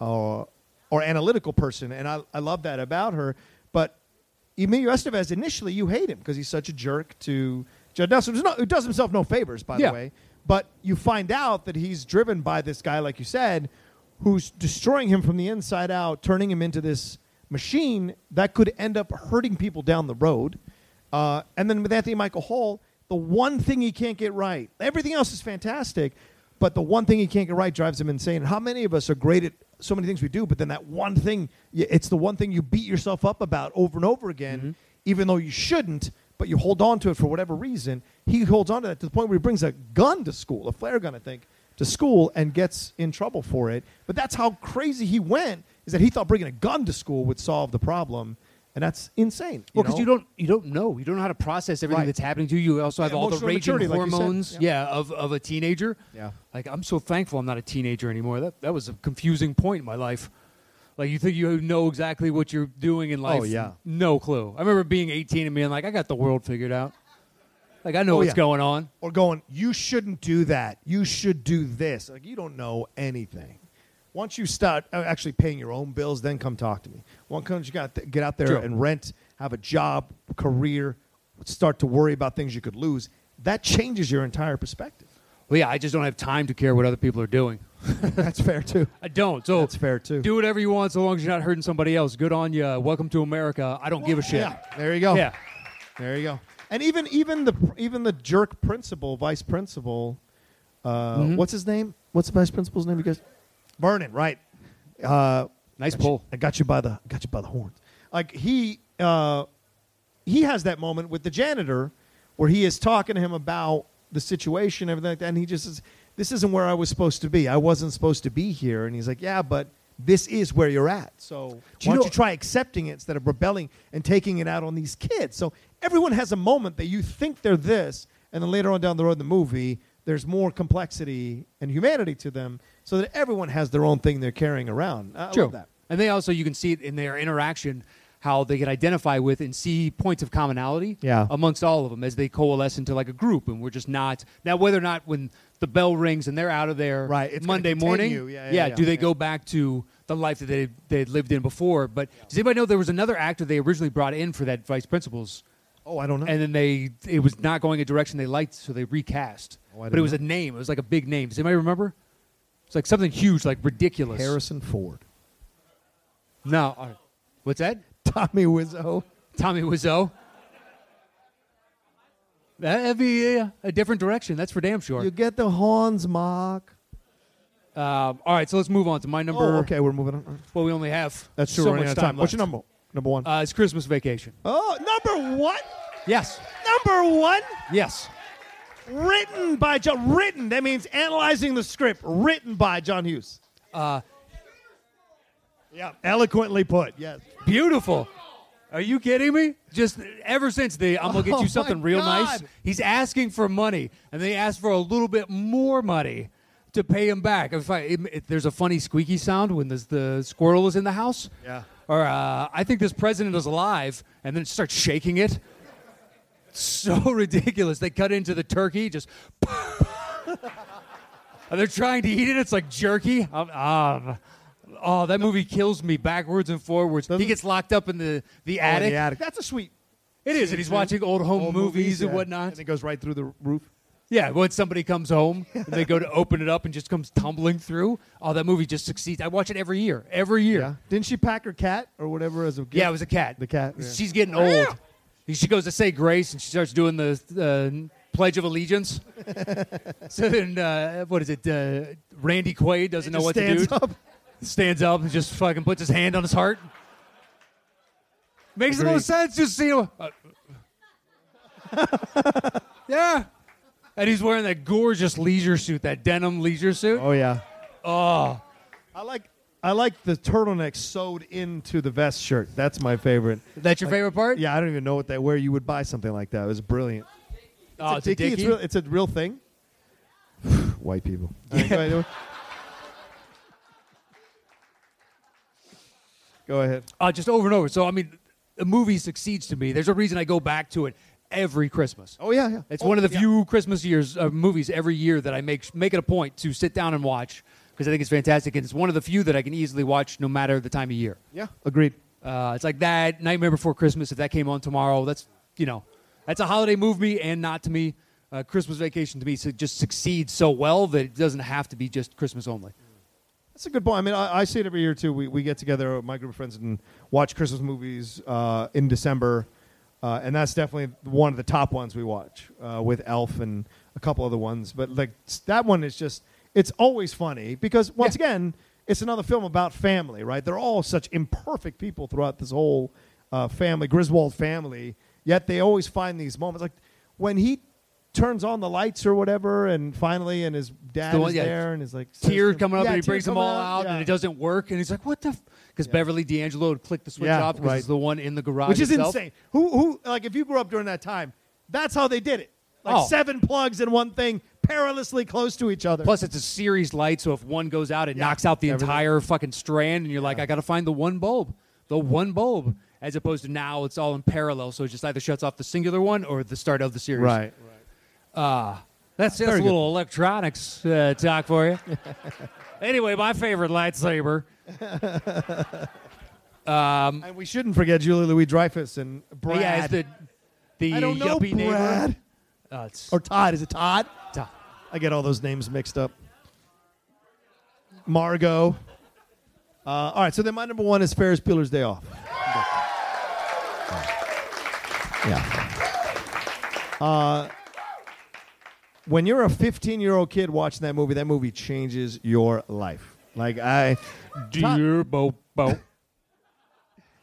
uh, or analytical person. And I, I love that about her. But Emilio Estevez initially you hate him because he's such a jerk to Judd Nelson, who's not- who does himself no favors by Yeah. the way. But you find out that he's driven by this guy, like you said, who's destroying him from the inside out, turning him into this machine that could end up hurting people down the road. Uh, and then with Anthony Michael Hall, the one thing he can't get right, everything else is fantastic, but the one thing he can't get right drives him insane. And how many of us are great at so many things we do, but then that one thing, y- it's the one thing you beat yourself up about over and over again, Mm-hmm. even though you shouldn't, but you hold on to it for whatever reason. He holds on to that to the point where he brings a gun to school, a flare gun, I think, to school and gets in trouble for it. But that's how crazy he went, is that he thought bringing a gun to school would solve the problem. And that's insane. Well, because know? you don't you don't know you don't know how to process everything Right. that's happening to you. You also have Yeah, all the emotional raging maturity, like you said. hormones, yeah. of of a teenager. Yeah. like I'm so thankful I'm not a teenager anymore. That that was a confusing point in my life. Like you think you know exactly what you're doing in life. Oh, yeah. no clue. I remember being 18 and being like, I got the world figured out. Like I know what's Oh, yeah. going on. or going, you shouldn't do that. You should do this. Like you don't know anything. Once you start uh, actually paying your own bills, then come talk to me. Once you got to get out there True. and rent, have a job, career, start to worry about things you could lose. That changes your entire perspective. [laughs] Well, yeah, I just don't have time to care what other people are doing. That's fair too. I don't. So That's fair, too. Do whatever you want, so long as you're not hurting somebody else. Good on you. Welcome to America. I don't give a shit. Yeah, there you go. Yeah. there you go. And even even the even the jerk principal, vice principal, uh, what's his name? What's the vice principal's name? You guys, Vernon, right? Nice pull. I got you by the I got you by the horns. Like he uh, he has that moment with the janitor where he is talking to him about the situation and everything like that, and he just says, This isn't where I was supposed to be. I wasn't supposed to be here. And he's like, Yeah, but this is where you're at. So you why don't know- you try accepting it instead of rebelling and taking it out on these kids? So everyone has a moment that you think they're this, and then later on down the road in the movie, there's more complexity and humanity to them, so that everyone has their own thing they're carrying around. I True. love that. And they also, you can see it in their interaction, how they can identify with and see points of commonality Yeah. amongst all of them as they coalesce into like a group. And we're just not now whether or not when the bell rings and they're out of there Right, it's gonna Monday morning, continue. Yeah, yeah, yeah, do they yeah. go back to the life that they they had lived in before? But does anybody know there was another actor they originally brought in for that vice principal's? Oh, I don't know. and then they it was not going a direction they liked, so they recast. Oh, I but it don't was a name. It was like a big name. Does anybody remember? It's like something huge, like ridiculous. Harrison Ford, [laughs] No, all right. what's that? Tommy Wiseau. Tommy Wiseau. That'd be uh, a different direction. That's for damn sure. You get the horns, Mark. Um, all right, so let's move on to my number. Oh, okay, we're moving on. Well, we only have That's true. so we're running much out of time. time. What's your left. number? Number one. Uh, it's Christmas Vacation. oh, number one. Yes. Number one. Yes. Written by John. Written. That means analyzing the script. Written by John Hughes. Uh, yeah. Eloquently put. Yes. Beautiful. Are you kidding me? Just ever since the I'm gonna get Oh, you something my real God. nice. He's asking for money, and they asked for a little bit more money to pay him back. If I, it- it- there's a funny squeaky sound when there's the squirrel is in the house. Yeah. Or uh, I think this president is alive, and then starts shaking it. So [laughs] ridiculous. They cut into the turkey, just. [laughs] and they're trying to eat it. It's like jerky. Um, um, oh, that movie kills me backwards and forwards. he Doesn't- gets locked up in the, the attic. Oh, the attic. That's a sweet. It is, and he's watching old home old movies, and yeah. whatnot. And it goes right through the roof. Yeah, when somebody comes [laughs] home and they go to open it up and just comes tumbling through. Oh, that movie just succeeds. I watch it every year. Every year. Yeah. Didn't she pack her cat or whatever as a gift? Yeah, it was a cat. The cat, yeah. She's getting old. She goes to say grace and she starts doing the uh, Pledge of Allegiance. [laughs] so then, uh, what is it? Uh, Randy Quaid doesn't know Just what stands to do. up. Stands up and just fucking puts his hand on his heart. Makes the most sense. Just see him. uh, [laughs] yeah. And he's wearing that gorgeous leisure suit, that denim leisure suit. Oh yeah. Oh. I like I like the turtleneck sewed into the vest shirt. That's my favorite. That's your favorite part? Yeah, I don't even know what that where you would buy something like that. It was brilliant. Oh, it's a Dickie, dickie. It's, real, it's a real thing. [sighs] White people. All right, go [laughs] ahead. Go ahead. uh, just over and over. So I mean, the movie succeeds to me. There's a reason I go back to it every Christmas. Oh yeah, yeah. It's Oh, one of the yeah. few Christmas years uh, movies every year that I make make it a point to sit down and watch because I think it's fantastic, and it's one of the few that I can easily watch no matter the time of year. Yeah, agreed. Uh, it's like that Nightmare Before Christmas. If that came on tomorrow, that's you know, that's a holiday movie and not to me. Uh, Christmas Vacation to me su- just succeeds so well that it doesn't have to be just Christmas only. That's a good point. I mean, I, I see it every year too. We, we get together, my group of friends, and watch Christmas movies uh, in December, uh, and that's definitely one of the top ones we watch uh, with Elf and a couple other ones. But like s- that one is just, it's always funny because once Yeah. again, it's another film about family, right? They're all such imperfect people throughout this whole uh, family, Griswold family. Yet they always find these moments, like when he turns on the lights or whatever, and finally, and his dad one- is yeah. there, and is like tear system. coming up Yeah, and he tear brings them coming all out, yeah. and it doesn't work and he's like what the because beverly d'angelo would click the switch Yeah, off because right. it's the one in the garage which is itself. insane who who like if you grew up during that time that's how they did it like Oh. seven plugs in one thing perilously close to each other plus it's a series light so if one goes out it knocks out the everything. entire fucking strand and you're like i gotta find the one bulb the one bulb as opposed to now it's all in parallel so it just either shuts off the singular one or the start of the series right that's, that's a Very good. little electronics uh, talk for [laughs] you anyway my favorite lightsaber and we shouldn't forget julie louis dreyfus and brad uh, yeah is the the i don't know yuppie brad neighbor uh, it's, or todd is it todd Ta- i get all those names mixed up margot uh, all right so then my number one is ferris bueller's day off yeah Uh, when you're a 15 year old kid watching that movie, that movie changes your life. Like I, Dear Bobo.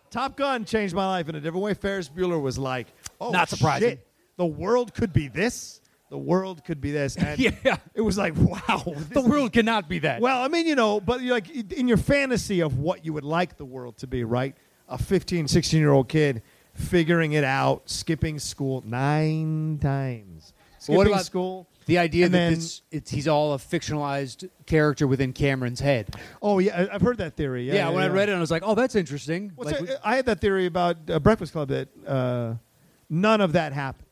Top Gun changed my life in a different way. Ferris Bueller was like, oh, Not surprising. shit, the world could be this. The world could be this. And [laughs] Yeah. it was like, [laughs] wow. the world cannot be that. Well, I mean, you know, but you're like in your fantasy of what you would like the world to be, right? A 15, 16 year old kid figuring it out, skipping school nine times. Skipping What about school. the idea and that then- this, it's, he's all a fictionalized character within Cameron's head. Oh, yeah. I- I've heard that theory. Yeah, Yeah, uh, when I read it, I was like, oh, that's interesting. What's Like, that- uh, I had that theory about uh, Breakfast Club that uh, none of that happened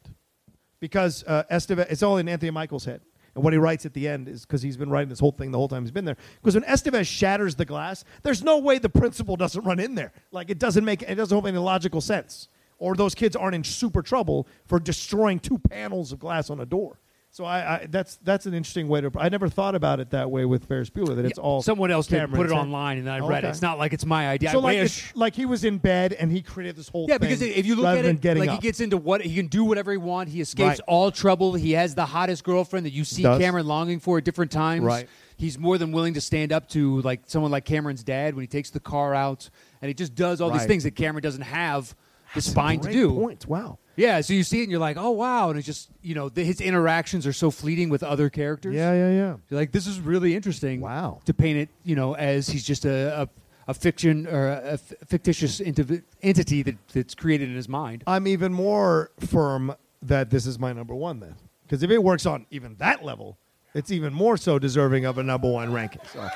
because uh, Estevez. It's all in Anthony Michael's head, and what he writes at the end is because he's been writing this whole thing the whole time he's been there. Because when Estevez shatters the glass, there's no way the principal doesn't run in there. Like it doesn't make it doesn't hold any logical sense, or those kids aren't in super trouble for destroying two panels of glass on a door. So I, I that's that's an interesting way to. I never thought about it that way with Ferris Bueller. That it's all someone else did Cameron's put it head. online, and I read Okay. it. It's not like it's my idea. So I like, wish. it's, like he was in bed and he created this whole Yeah, thing because if you look rather at than it, getting like up. he gets into what he can do whatever he wants. He escapes Right. all trouble. He has the hottest girlfriend that you see Does. Cameron longing for at different times. Right. He's more than willing to stand up to like someone like Cameron's dad when he takes the car out, and he just does all these Right. things that Cameron doesn't have the spine to Great do. points. Wow. Yeah, so you see it and you're like, oh wow, and it's just you know th his interactions are so fleeting with other characters. Yeah, yeah, yeah. You're like this is really interesting. Wow. to paint it, you know, as he's just a a, a fiction or a, f- fictitious enti- entity that that's created in his mind. I'm even more firm that this is my number one then, because if it works on even that level, it's even more so deserving of a number one ranking. So,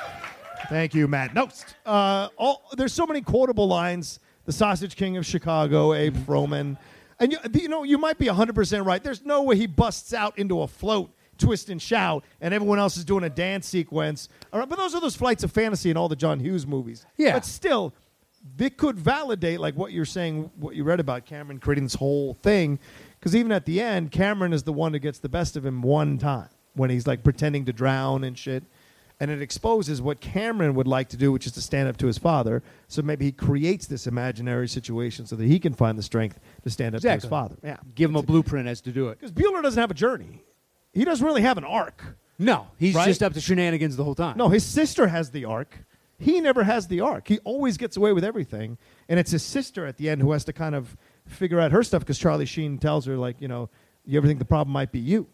thank you, Matt. Nost. Uh, all, there's so many quotable lines. The Sausage King of Chicago, Abe Froman, and you, you know you might be 100 percent right. There's no way he busts out into a float. Twist and shout, and everyone else is doing a dance sequence. All right, but those are those flights of fantasy in all the John Hughes movies. Yeah. But still, they could validate like what you're saying, what you read about Cameron creating this whole thing, because even at the end, Cameron is the one that gets the best of him one time when he's like pretending to drown and shit, and it exposes what Cameron would like to do, which is to stand up to his father. So maybe he creates this imaginary situation so that he can find the strength to stand up to his Exactly. father. Yeah, Give him a blueprint as to do it. because Bueller doesn't have a journey; he doesn't really have an arc. No, he's Right? just up to shenanigans the whole time. No, his sister has the arc. He never has the arc. He always gets away with everything, and it's his sister at the end who has to kind of figure out her stuff because Charlie Sheen tells her like, you know, you ever think the problem might be you,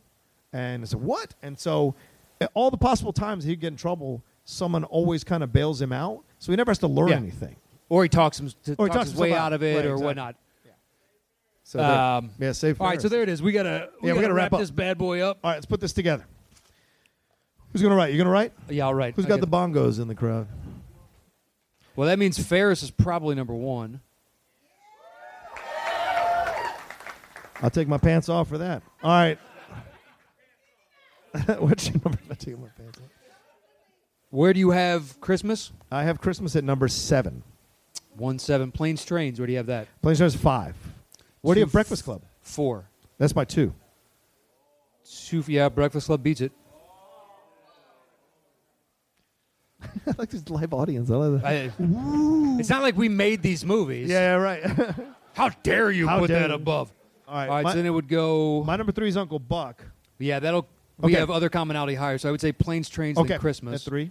and it's like, what? And so, uh, all the possible times he'd get in trouble, someone always kind of bails him out, so he never has to learn Yeah. anything. or he talks him to, Or he talks talks his way himself out of it Right, or exactly. whatnot. So there- Um, yeah, safe. All right, so there it is. We gotta we Yeah, we gotta, gotta wrap up. this bad boy up. All right, let's put this together. Who's gonna write? You gonna write? Yeah, all right. Who's I got get the bongos in the crowd? Well, that means Ferris is probably number one. I'll take my pants off for that. All right. [laughs] What's your number? I'll take my pants off. Where do you have Christmas? I have Christmas at number seven. One seven planes trains. Where do you have that? Plain Stars five. Where do you Two have Breakfast Club? Four. That's my two. Two. Yeah, Breakfast Club beats it. I like this live audience. I love that. I- it's not like we made these movies. Yeah, yeah, right. [laughs] How dare you How put dare that you. above? All right. All right, my, so then it would go. my number three is Uncle Buck. yeah, that'll. We Okay. have other commonality higher, so I would say planes, trains, Okay. then Christmas. at three,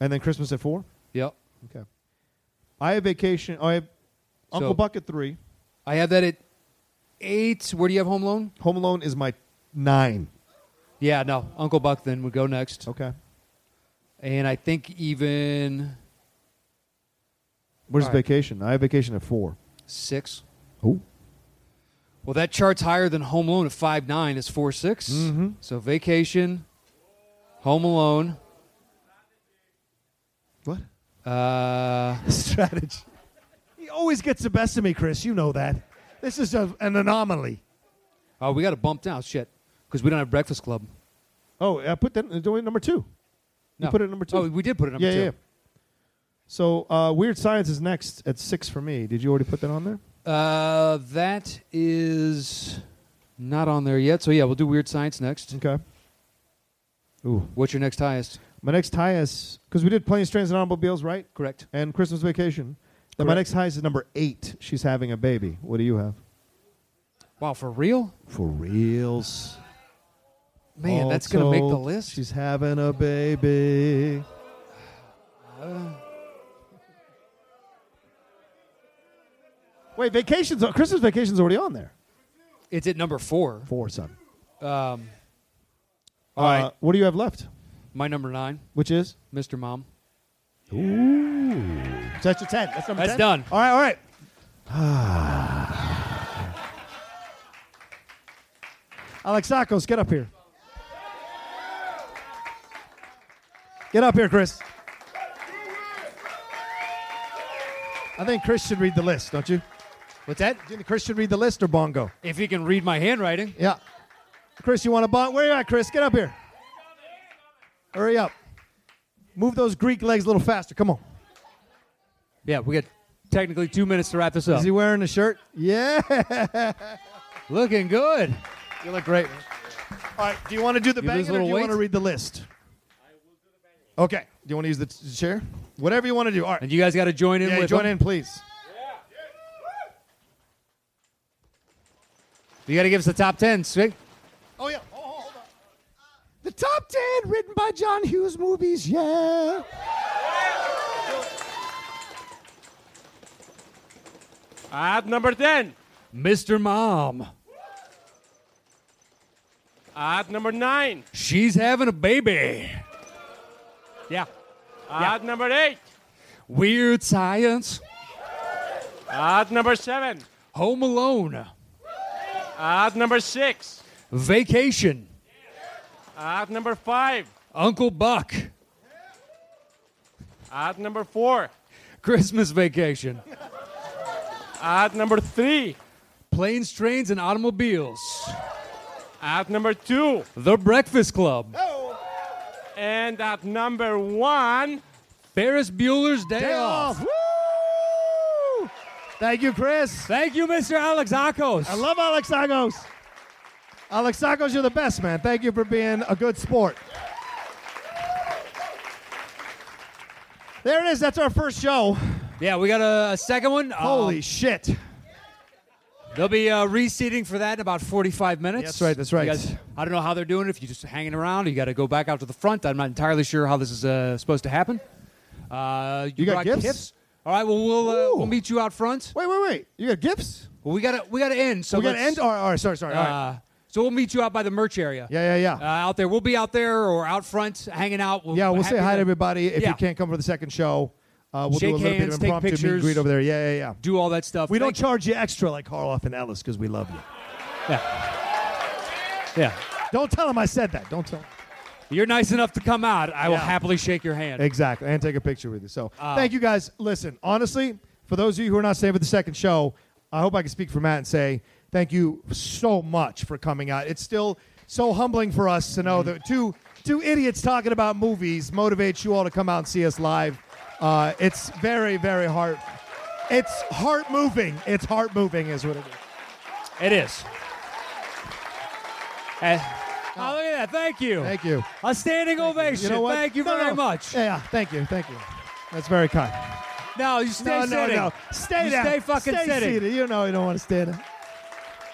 and then Christmas at four. Yep. Okay. I have vacation. I have Uncle So- Buck at three. I have that at eight. Where do you have Home Alone? Home Alone is my nine. Yeah, no. Uncle Buck then would go next. Okay. And I think even Where's All right. vacation? I have vacation at four. six. Oh. Well, that chart's higher than Home Alone at five nine. It's four six. Mhm. So Vacation, Home Alone. What? Uh, strategy. He always gets the best of me, Chris. You know that. This is a, an anomaly. oh, we got to bump down. Shit, because we don't have Breakfast Club. Oh, I put that doing number two. No. You put it at number two. Oh, we did put it number yeah, two. yeah. So uh, weird science is next at six for me. Did you already put that on there? Uh, that is not on there yet. So yeah, we'll do Weird Science next. Okay. Ooh, What's your next highest? my next highest because we did planes, trains, and automobiles, right? Correct. And Christmas vacation. Then my Correct. next highest is number eight. She's having a baby. What do you have? Wow, for real? For reals. Man, that's gonna make the Also, list. She's having a baby. Wait, vacations. Christmas vacation's already on there. It's at number four. Four, son. Um, all right, Uh, what do you have left? my number nine, Which is? Mr. Mom. Ooh. So that's your ten. That's number That's ten. done. All right. All [sighs] right. Alex Sakos, get up here. Get up here, Chris. I think Chris should read the list, don't you? What's that? Do you think Chris should read the list or Bongo? If you can read my handwriting, Yeah. Chris, you want to bond? Where you at, Chris? Get up here. Hurry up. Move those Greek legs a little faster. Come on. yeah, we got technically two minutes to wrap this up. Is he wearing a shirt? Yeah. Looking good. You look great. All right. Do you want to do the You lose banging a or do little you want to weight? read the list? Okay. Do you want to use the t- chair? Whatever you want to do. All right. And you guys got to join in Yeah, with join them. in, please. You got to give us the top 10, Swig. Oh yeah. Oh, hold on. The top ten written by John Hughes movies. Yeah. At number 10, Mr. Mom. at number 9, She's having a baby. yeah. At number 8, Weird Science. at number 7, Home Alone. at number 6, Vacation. at number 5, Uncle Buck. at number 4, Christmas Vacation. at number 3, Planes, Trains, and Automobiles. at number 2, The Breakfast Club. and at number 1, Ferris Bueller's Day, Day off. off. Woo! Thank you, Chris. Thank you, Mr. Alex Akos. I love Alex Agos. Alex Agos, you're the best, man. Thank you for being a good sport. There it is. That's our first show. yeah, we got a, a second one. Um, Holy shit. They'll be uh, reseating for that in about 45 minutes. That's right, that's right. You guys- I don't know how they're doing it. If you're just hanging around, you got to go back out to the front. I'm not entirely sure how this is uh, supposed to happen. Uh, You got brought gifts? All right, well, we'll, uh, Ooh. we'll meet you out front. Wait, wait, wait. You got gifts? Well, we got to we gotta end. So we got to let's- end. All right, all right, sorry, sorry. all right. Uh, so we'll meet you out by the merch area. Yeah, yeah, Uh, yeah. out there. We'll be out there or out front hanging out. We'll, yeah, we'll say happy hi to to everybody. If Yeah. you can't come for the second show, uh, we'll Shake do a little bit hands, of take impromptu meet and pictures. greet over there. Yeah, yeah, yeah. Do all that stuff. We don't Thank charge you extra like Harloff and Ellis because we love you. Yeah. Don't tell him I said that. Don't tell him. You're nice enough to come out. I will Yeah. happily shake your hand. Exactly. And take a picture with you. So thank you guys. Listen, honestly, for those of you who are not staying for the second show, I hope I can speak for Matt and say thank you so much for coming out. It's still so humbling for us to know that two two idiots talking about movies motivates you all to come out and see us live. Uh, it's very, very heart. It's heart moving. It's heart moving, is what it is. It is. Eh. oh, look at that. Thank you. Thank you. A standing ovation. You know what? Thank you No, very no. much. Yeah, yeah. Thank you. Thank you. That's very kind. No, you stay no, sitting. no, no. Stay You down. Stay fucking stay sitting. seated. You know you don't want to stand. up.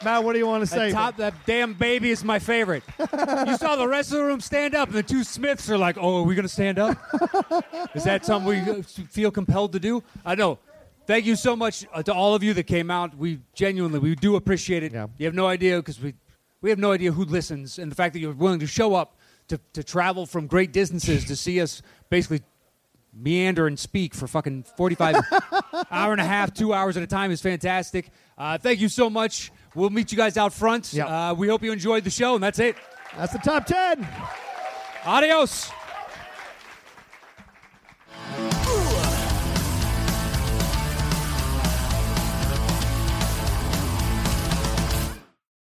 Matt, what do you want to That, say? top, that damn baby is my favorite. you saw the rest of the room stand up, and the two Smiths are like, "Oh, are we gonna stand up? is that something we uh, s- feel compelled to do?" I know. Thank you so much uh, to all of you that came out. We genuinely, we do appreciate it. Yeah. You have no idea because we, we have no idea who listens, and the fact that you're willing to show up to, to travel from great distances to see us basically meander and speak for fucking 45 [laughs] hour and a half two hours at a time is fantastic uh, thank you so much we'll meet you guys out front Yeah. uh, we hope you enjoyed the show and that's it That's the top 10. adios